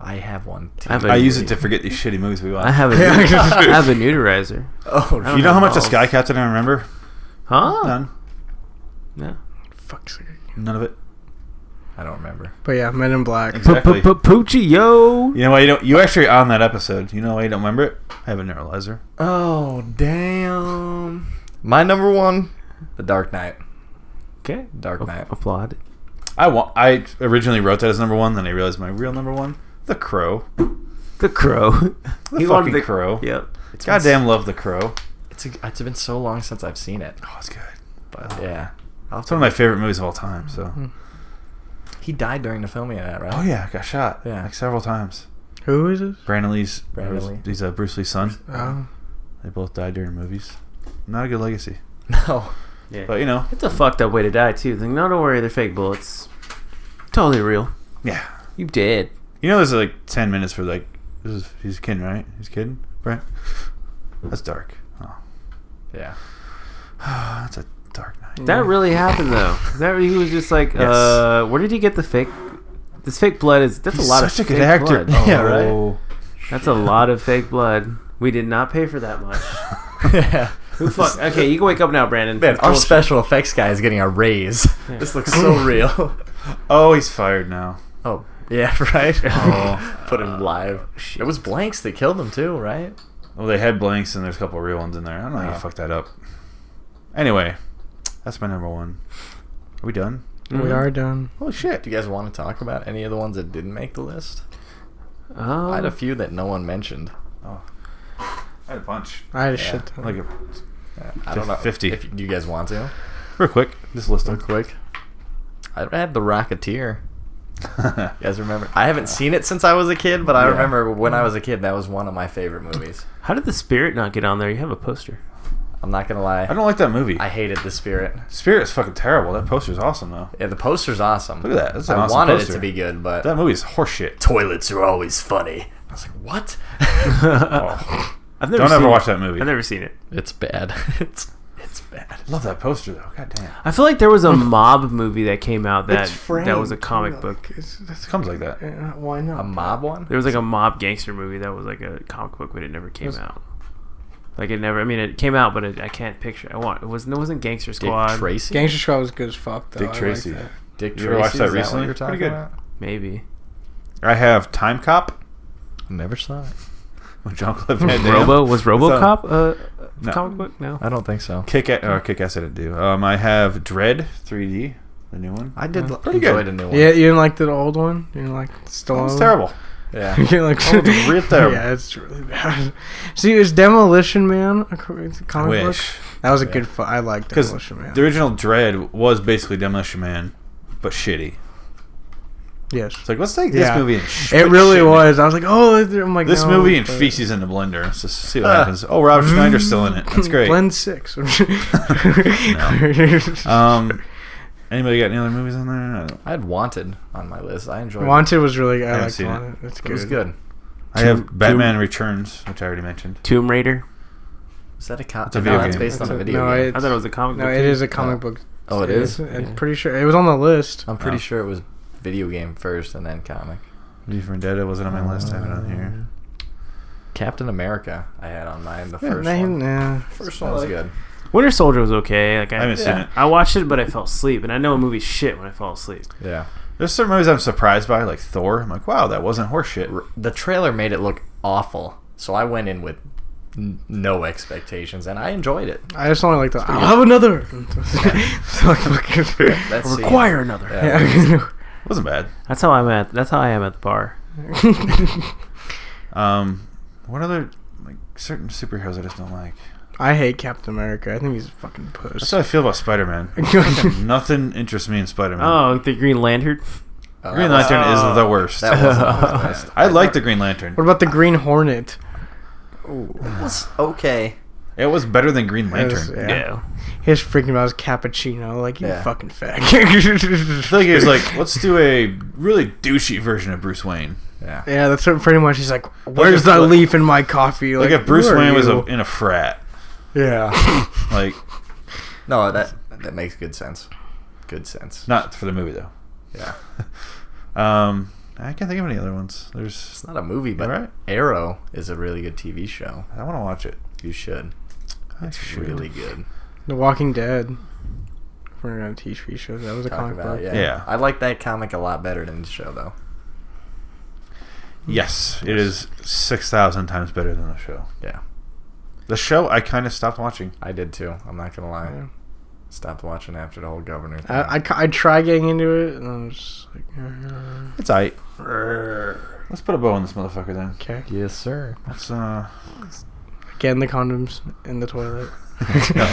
[SPEAKER 3] I have one. Too.
[SPEAKER 2] I have a-
[SPEAKER 4] I use it to forget these shitty movies we watch.
[SPEAKER 2] I have a,
[SPEAKER 5] Yeah, I
[SPEAKER 2] neut-
[SPEAKER 5] just-
[SPEAKER 2] I have a neutralizer.
[SPEAKER 3] oh,
[SPEAKER 4] you know how much of
[SPEAKER 2] balls.
[SPEAKER 4] Sky Captain I remember?
[SPEAKER 2] Huh?
[SPEAKER 4] None.
[SPEAKER 2] No.
[SPEAKER 5] Fuck's sake.
[SPEAKER 4] None of it.
[SPEAKER 3] I don't remember.
[SPEAKER 5] But yeah, Men in Black.
[SPEAKER 4] Exactly.
[SPEAKER 2] Poochie yo.
[SPEAKER 4] You know why you don't? You actually on that episode. You know why you don't remember it? I have a neuralizer.
[SPEAKER 3] Oh damn! My number one, The Dark Knight.
[SPEAKER 2] Okay.
[SPEAKER 4] Oh.
[SPEAKER 3] Dark Knight.
[SPEAKER 2] Applaud.
[SPEAKER 4] I wa- I originally wrote that as number one, then I realized my real number one, The Crow.
[SPEAKER 2] The Crow. [LAUGHS]
[SPEAKER 4] The
[SPEAKER 2] He wanted
[SPEAKER 4] fucking
[SPEAKER 2] the-
[SPEAKER 4] Crow.
[SPEAKER 2] yep.
[SPEAKER 3] It's been
[SPEAKER 4] Goddamn, love The Crow.
[SPEAKER 3] It's a, it's been so long since I've seen it,
[SPEAKER 4] Oh, it's good.
[SPEAKER 3] but yeah, I'll have
[SPEAKER 4] It's one of my favorite movies of all time. So.
[SPEAKER 3] to- he died during the filming of that, right?
[SPEAKER 4] Oh yeah, I got shot.
[SPEAKER 3] Yeah.
[SPEAKER 4] like several times.
[SPEAKER 5] Who is it?
[SPEAKER 4] Brandon Lee's.
[SPEAKER 3] Brandon Lee.
[SPEAKER 4] He's uh, Bruce Lee's son.
[SPEAKER 5] Oh.
[SPEAKER 4] They both died during movies. Not a good legacy.
[SPEAKER 3] [LAUGHS] No,
[SPEAKER 2] Yeah.
[SPEAKER 4] But you know,
[SPEAKER 2] It's a fucked up way to die too. Like, no, don't worry, they're fake bullets. Totally real.
[SPEAKER 4] yeah.
[SPEAKER 2] You dead.
[SPEAKER 4] You know, there's like ten minutes for like this is he's a kid, right? He's a kid, right? That's dark. Oh, Ah,
[SPEAKER 3] yeah,
[SPEAKER 4] that's a dark night.
[SPEAKER 2] That really happened though. That really- he was just like,
[SPEAKER 4] Yes.
[SPEAKER 2] uh, where did he get the fake? This fake blood is that's
[SPEAKER 4] He's
[SPEAKER 2] a lot
[SPEAKER 4] such
[SPEAKER 2] of
[SPEAKER 4] a good
[SPEAKER 2] fake
[SPEAKER 4] actor. [LAUGHS]
[SPEAKER 2] blood. [LAUGHS]
[SPEAKER 3] Yeah, right?
[SPEAKER 4] Oh.
[SPEAKER 2] That's a lot of fake blood. We did not pay for that
[SPEAKER 4] [LAUGHS]
[SPEAKER 2] much.
[SPEAKER 3] yeah.
[SPEAKER 2] Who fuck? Okay, you can wake up now, Brandon.
[SPEAKER 3] Man, our
[SPEAKER 2] Bullshit.
[SPEAKER 3] special
[SPEAKER 4] [LAUGHS]
[SPEAKER 3] effects guy is getting a raise. This looks so real.
[SPEAKER 4] Oh, he's fired now.
[SPEAKER 3] Oh, Yeah, [LAUGHS] right.
[SPEAKER 4] Oh.
[SPEAKER 3] [LAUGHS] Put him live.
[SPEAKER 2] shit.
[SPEAKER 3] It was blanks that killed him too, right?
[SPEAKER 4] Well, they had blanks and there's a couple real ones in there. I don't know how you
[SPEAKER 3] Oh.
[SPEAKER 4] fucked that up. Anyway, that's my number one. Are we done?
[SPEAKER 5] We are done.
[SPEAKER 4] Holy Oh, shit.
[SPEAKER 3] Do you guys want to talk about any of the ones that didn't make the list?
[SPEAKER 4] Ah.
[SPEAKER 2] Um,
[SPEAKER 3] I had a few that no one mentioned.
[SPEAKER 4] Oh. I had a bunch.
[SPEAKER 5] I had a
[SPEAKER 3] Yeah.
[SPEAKER 5] shit ton.
[SPEAKER 4] Like, a,
[SPEAKER 3] Uh, I don't know.
[SPEAKER 4] 50.
[SPEAKER 3] If you guys want to,
[SPEAKER 4] real quick, just list them.
[SPEAKER 3] real [LAUGHS] quick. I had the Rocketeer.
[SPEAKER 4] yeah,
[SPEAKER 3] You guys remember? I haven't seen it since I was a kid, but I
[SPEAKER 4] Yeah.
[SPEAKER 3] remember when I was a kid that was one of my favorite movies.
[SPEAKER 2] How did the spirit not get on there? You have a poster.
[SPEAKER 3] I'm not gonna lie.
[SPEAKER 4] I don't like that movie.
[SPEAKER 3] I hated The Spirit.
[SPEAKER 4] Spirit's fucking terrible. That poster's awesome though.
[SPEAKER 3] Yeah, the poster's awesome.
[SPEAKER 4] Look at that. That's an
[SPEAKER 3] I
[SPEAKER 4] awesome
[SPEAKER 3] wanted
[SPEAKER 4] poster.
[SPEAKER 3] it to be good, but
[SPEAKER 4] That movie's horseshit.
[SPEAKER 3] toilets are always funny. I was like,
[SPEAKER 4] [LAUGHS]
[SPEAKER 3] what?
[SPEAKER 4] Oh.
[SPEAKER 2] I've never
[SPEAKER 4] Don't
[SPEAKER 2] seen
[SPEAKER 4] ever
[SPEAKER 2] it.
[SPEAKER 4] watch that movie.
[SPEAKER 2] I've never seen it.
[SPEAKER 3] it's bad. [LAUGHS] it's it's bad.
[SPEAKER 4] Love that poster though. God damn.
[SPEAKER 2] I feel like there
[SPEAKER 4] [LAUGHS]
[SPEAKER 2] was a mob movie that came out that
[SPEAKER 5] It's framed,
[SPEAKER 2] that was a comic
[SPEAKER 5] like,
[SPEAKER 2] book.
[SPEAKER 5] it's- that's-
[SPEAKER 4] It comes like that.
[SPEAKER 5] uh, Why not?
[SPEAKER 3] A mob one?
[SPEAKER 2] There was like a mob gangster movie that was like a comic book, but it never came
[SPEAKER 5] Was-
[SPEAKER 2] out. Like it never. I mean, it came out, but it, I can't picture. I want. It wasn't. It wasn't Gangster
[SPEAKER 3] Dick
[SPEAKER 2] Squad.
[SPEAKER 3] Tracy.
[SPEAKER 5] Gangster Squad was good as fuck though. I
[SPEAKER 4] Dick
[SPEAKER 5] liked
[SPEAKER 4] Tracy.
[SPEAKER 5] that.
[SPEAKER 3] Dick Tracy.
[SPEAKER 4] You ever watched that
[SPEAKER 3] is what
[SPEAKER 4] recently?
[SPEAKER 3] you're talking
[SPEAKER 4] Pretty good.
[SPEAKER 3] about?
[SPEAKER 2] Maybe.
[SPEAKER 4] I have Time Cop
[SPEAKER 3] Never saw it.
[SPEAKER 4] with John
[SPEAKER 2] [LAUGHS]
[SPEAKER 4] Claude Van Damme.
[SPEAKER 2] Robo was RoboCop a
[SPEAKER 4] No.
[SPEAKER 2] comic book? No.
[SPEAKER 3] I don't think so.
[SPEAKER 4] Kick a- or Kick Ass I didn't do. Um, I have Dread 3D, the new one.
[SPEAKER 3] I did
[SPEAKER 2] Yeah.
[SPEAKER 3] l-
[SPEAKER 4] Mm. Pretty
[SPEAKER 3] enjoy
[SPEAKER 4] good.
[SPEAKER 3] the new one.
[SPEAKER 5] Yeah, you didn't like the old one. You didn't like
[SPEAKER 4] That
[SPEAKER 5] Stallone.
[SPEAKER 4] was terrible.
[SPEAKER 5] [LAUGHS] You
[SPEAKER 3] Yeah.
[SPEAKER 5] didn't like
[SPEAKER 4] That was real terrible.
[SPEAKER 5] [LAUGHS] Yeah, it's really bad. [LAUGHS] See, it was Demolition Man a co- it's a
[SPEAKER 4] I
[SPEAKER 5] comic book.
[SPEAKER 4] wish
[SPEAKER 5] That was a
[SPEAKER 3] Yeah.
[SPEAKER 5] good. Fu- I liked
[SPEAKER 4] because
[SPEAKER 5] Demolition Man.
[SPEAKER 4] the original Dread was basically Demolition Man, but shitty.
[SPEAKER 5] yes,
[SPEAKER 4] It's like let's take this
[SPEAKER 5] Yeah.
[SPEAKER 4] movie and sh-
[SPEAKER 5] it
[SPEAKER 4] put
[SPEAKER 5] really
[SPEAKER 4] shit in
[SPEAKER 5] was. I was like, oh, I'm like
[SPEAKER 4] This
[SPEAKER 5] no,
[SPEAKER 4] movie and
[SPEAKER 5] but- Mm.
[SPEAKER 4] feces in the blender. Let's just see what
[SPEAKER 3] Ah.
[SPEAKER 4] happens. Oh, Rob Schneider's still in it. That's great.
[SPEAKER 5] Blend [LAUGHS] six.
[SPEAKER 4] [LAUGHS] Um, anybody got any other movies on there? I don't know.
[SPEAKER 3] I had Wanted on my list. I enjoyed it.
[SPEAKER 5] Wanted was really. I,
[SPEAKER 4] haven't
[SPEAKER 5] liked
[SPEAKER 4] seen it.
[SPEAKER 5] Wanted. It's
[SPEAKER 3] It
[SPEAKER 5] good.
[SPEAKER 3] was good.
[SPEAKER 4] I have Batman Returns, which I already mentioned.
[SPEAKER 2] Tomb Raider.
[SPEAKER 3] Is that a cop?
[SPEAKER 4] It's a video
[SPEAKER 3] no, that's
[SPEAKER 4] game.
[SPEAKER 3] based
[SPEAKER 5] It's
[SPEAKER 3] on a
[SPEAKER 5] a-
[SPEAKER 3] video
[SPEAKER 5] no,
[SPEAKER 3] game.
[SPEAKER 5] it-
[SPEAKER 2] I thought it was a comic
[SPEAKER 5] No,
[SPEAKER 2] book.
[SPEAKER 5] it
[SPEAKER 2] too.
[SPEAKER 5] is a comic book.
[SPEAKER 3] Oh, it is?
[SPEAKER 5] I'm
[SPEAKER 3] Yeah.
[SPEAKER 5] pretty sure it was on the list.
[SPEAKER 3] I'm pretty
[SPEAKER 4] Oh.
[SPEAKER 3] sure it was video game first and then comic.
[SPEAKER 4] V for Vendetta wasn't on my list. I have it on here.
[SPEAKER 3] Captain America, I had on mine. The
[SPEAKER 5] Yeah,
[SPEAKER 3] first
[SPEAKER 5] nah,
[SPEAKER 3] one.
[SPEAKER 5] nah.
[SPEAKER 3] First one was good.
[SPEAKER 2] Winter Soldier was okay. Like I,
[SPEAKER 4] I haven't seen
[SPEAKER 3] Yeah.
[SPEAKER 4] it.
[SPEAKER 2] I watched it, but I fell asleep, and I know a movie's shit when I fall asleep.
[SPEAKER 3] Yeah.
[SPEAKER 4] There's certain movies I'm surprised by, like Thor. I'm like, wow, that wasn't horseshit.
[SPEAKER 3] R- The trailer made it look awful, so I went in with n- no expectations, and I enjoyed it.
[SPEAKER 5] I [LAUGHS] just only like the. I'll
[SPEAKER 3] [LAUGHS]
[SPEAKER 5] have another. so like, fucking-
[SPEAKER 3] Let's
[SPEAKER 5] [LAUGHS]
[SPEAKER 3] see.
[SPEAKER 2] Require another.
[SPEAKER 3] Yeah.
[SPEAKER 5] Yeah.
[SPEAKER 4] It wasn't bad.
[SPEAKER 2] That's how I'm at. That's how I am at the bar.
[SPEAKER 4] Um, what other like certain superheroes I just don't like?
[SPEAKER 5] [LAUGHS] I hate Captain America. I think he's a fucking puss.
[SPEAKER 4] That's how I feel about Spider-Man.
[SPEAKER 5] [LAUGHS]
[SPEAKER 4] Fucking Nothing interests me in Spider-Man.
[SPEAKER 2] Oh, the Green Lantern.
[SPEAKER 3] Oh,
[SPEAKER 4] Green
[SPEAKER 3] that was-
[SPEAKER 4] Lantern Mm. is the worst.
[SPEAKER 3] That wasn't on my
[SPEAKER 4] [LAUGHS]
[SPEAKER 3] list.
[SPEAKER 4] I like the Green Lantern.
[SPEAKER 5] what about the Green Hornet?
[SPEAKER 3] It was okay.
[SPEAKER 4] It was better than Green
[SPEAKER 5] Yes,
[SPEAKER 4] Lantern.
[SPEAKER 5] yeah.
[SPEAKER 2] Yeah.
[SPEAKER 5] He's freaking about his cappuccino, like you
[SPEAKER 3] Yeah.
[SPEAKER 5] fucking fag. [LAUGHS]
[SPEAKER 4] I feel like it was like, let's do a really douchey version of Bruce Wayne.
[SPEAKER 3] Yeah.
[SPEAKER 5] yeah, that's what pretty much. He's like, "Where's
[SPEAKER 4] if-
[SPEAKER 5] that
[SPEAKER 4] like-
[SPEAKER 5] leaf in my coffee?"
[SPEAKER 4] Like, if Bruce
[SPEAKER 5] who are
[SPEAKER 4] Wayne was
[SPEAKER 5] you?
[SPEAKER 4] a, [LAUGHS] in a frat.
[SPEAKER 5] yeah,
[SPEAKER 4] Like,
[SPEAKER 3] No, that that makes good sense. Good sense.
[SPEAKER 4] not for the movie though.
[SPEAKER 3] Yeah.
[SPEAKER 4] Um, I can't think of any other ones. There's
[SPEAKER 3] It's not a movie, but
[SPEAKER 4] Alright.
[SPEAKER 3] Arrow is a really good TV show.
[SPEAKER 4] I want to watch it.
[SPEAKER 3] You should.
[SPEAKER 4] I
[SPEAKER 3] It's
[SPEAKER 4] should.
[SPEAKER 3] really good.
[SPEAKER 5] The Walking Dead. We're gonna teach free shows. That was a
[SPEAKER 3] Talk
[SPEAKER 5] comic
[SPEAKER 3] about
[SPEAKER 5] book.
[SPEAKER 3] yeah.
[SPEAKER 4] Yeah.
[SPEAKER 3] I like that comic a lot better than the show though.
[SPEAKER 4] Yes, it is six thousand times better than the show.
[SPEAKER 3] Yeah.
[SPEAKER 4] The show I kind of stopped watching.
[SPEAKER 3] I did too. I'm not gonna lie.
[SPEAKER 5] Yeah.
[SPEAKER 3] Stopped watching after the whole governor. Thing.
[SPEAKER 5] I, I, ca- I tried getting into it, and I was just like, "Uh,
[SPEAKER 4] It's aight. Let's put a bow on this motherfucker then.
[SPEAKER 5] okay.
[SPEAKER 3] yes, sir.
[SPEAKER 4] Let's uh.
[SPEAKER 5] Again, the condoms in the
[SPEAKER 4] [LAUGHS]
[SPEAKER 5] toilet. [LAUGHS]
[SPEAKER 4] uh,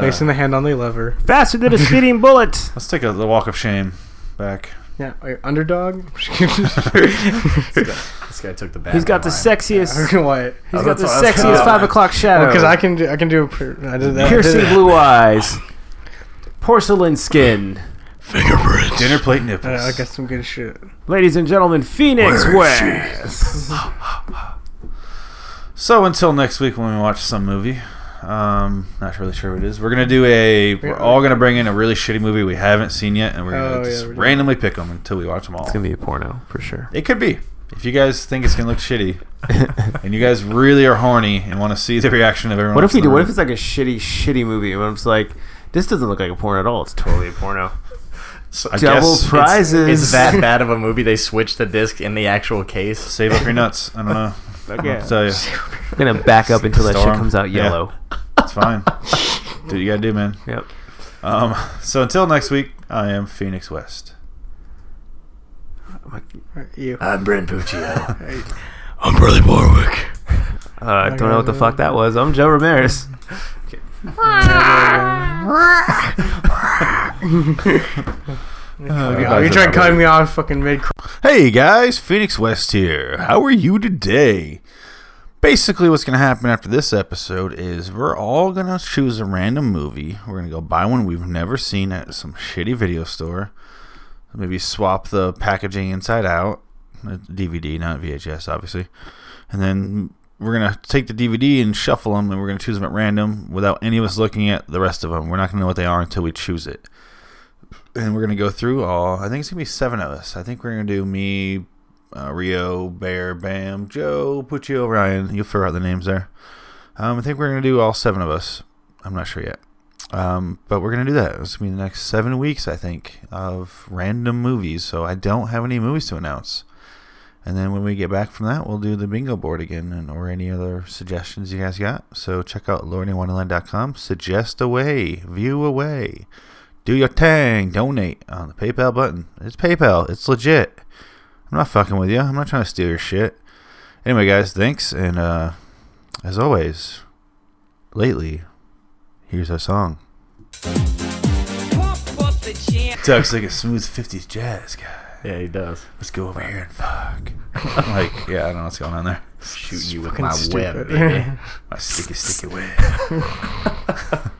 [SPEAKER 5] Placing the hand on the lever.
[SPEAKER 2] Faster than a speeding bullet.
[SPEAKER 4] let's take a, the walk of shame back.
[SPEAKER 5] Yeah, wait,
[SPEAKER 4] [LAUGHS]
[SPEAKER 5] underdog. [LAUGHS]
[SPEAKER 3] This guy took the bat.
[SPEAKER 2] He's got the sexiest.
[SPEAKER 5] what?
[SPEAKER 2] He's got
[SPEAKER 3] Oh, that's
[SPEAKER 2] the
[SPEAKER 3] what I was
[SPEAKER 2] sexiest
[SPEAKER 3] thinking.
[SPEAKER 2] five o'clock shadow.
[SPEAKER 5] Because I can do, I can do a pr- I did that. [LAUGHS]
[SPEAKER 2] piercing blue eyes, porcelain skin.
[SPEAKER 1] Fingerprints.
[SPEAKER 2] [LAUGHS]
[SPEAKER 4] Dinner plate
[SPEAKER 5] I,
[SPEAKER 4] nipples.
[SPEAKER 5] I got some good shit.
[SPEAKER 2] Ladies and gentlemen, Phoenix
[SPEAKER 1] Where is she?
[SPEAKER 2] West.
[SPEAKER 4] So until next week when we watch some movie, um, not really sure what it is. We're gonna do a. We're all gonna bring in a really shitty movie we haven't seen yet, and we're gonna
[SPEAKER 5] Oh, yeah,
[SPEAKER 4] just
[SPEAKER 5] we're doing-
[SPEAKER 4] randomly pick 'em pick them until we watch them all.
[SPEAKER 2] It's gonna be a porno for sure.
[SPEAKER 4] It could be. If you guys think it's gonna look shitty, and you guys really are horny and want to see the reaction of
[SPEAKER 2] [LAUGHS]
[SPEAKER 4] everyone,
[SPEAKER 2] What
[SPEAKER 4] else
[SPEAKER 2] if we
[SPEAKER 4] in the
[SPEAKER 2] do? What
[SPEAKER 4] room.
[SPEAKER 2] if it's like a shitty, shitty movie? And I'm just like, this doesn't look like a porno at all. It's totally a porno.
[SPEAKER 4] So I
[SPEAKER 1] Double
[SPEAKER 4] guess it's-
[SPEAKER 1] prizes.
[SPEAKER 3] It's that bad of a movie. They switched the disc in the actual case.
[SPEAKER 4] Save up your nuts. I don't know.
[SPEAKER 2] Okay.
[SPEAKER 4] I'll tell you.
[SPEAKER 2] I'm gonna back up until that shit
[SPEAKER 4] Storm.
[SPEAKER 2] comes out
[SPEAKER 4] Yeah.
[SPEAKER 2] yellow.
[SPEAKER 4] It's [LAUGHS] fine. do what you gotta do, man.
[SPEAKER 2] Yep.
[SPEAKER 4] Um, so until next week, I am Phoenix West.
[SPEAKER 5] You.
[SPEAKER 3] I'm Brent Puccio.
[SPEAKER 5] [LAUGHS]
[SPEAKER 1] I'm Bradley Barwick.
[SPEAKER 2] Uh, I don't know what the fuck that was. I'm Joe Ramirez.
[SPEAKER 5] Oh,
[SPEAKER 4] Oh,
[SPEAKER 5] you tried cutting me off fucking mid.
[SPEAKER 4] Hey guys, Phoenix West here. How are you today? Basically, what's going to happen after this episode is we're all going to choose a random movie. We're going to go buy one we've never seen at some shitty video store. Maybe swap the packaging inside out. Uh, DVD, not VHS, obviously. And then we're going to take the DVD and shuffle them, and we're going to choose them at random without any of us looking at the rest of them. We're not going to know what they are until we choose it and we're gonna go through all. I think it's gonna be seven of us. I think we're gonna do me, uh, Rio, Bear, Bam, Joe, Puccio, Ryan. You'll figure out the names there. Um, I think we're gonna do all seven of us. I'm not sure yet, um, but we're gonna do that. It's gonna be the next seven weeks, I think, of random movies. So I don't have any movies to announce. And then when we get back from that, we'll do the bingo board again, and or any other suggestions you guys got. So check out LordyWonderland.com. Suggest away, view away do your thing. Donate on the PayPal button. It's PayPal. It's legit. I'm not fucking with you. I'm not trying to steal your shit. Anyway, guys, thanks. And uh, as always, lately, here's our song. Doug's like a smooth 50s jazz guy.
[SPEAKER 3] yeah, he does.
[SPEAKER 4] Let's go over here and fuck. I'm like, yeah, I don't know what's going on there.
[SPEAKER 3] Shooting you with
[SPEAKER 5] fucking [LAUGHS]
[SPEAKER 3] my web,
[SPEAKER 5] stupid.
[SPEAKER 3] baby.
[SPEAKER 4] My sticky, sticky way.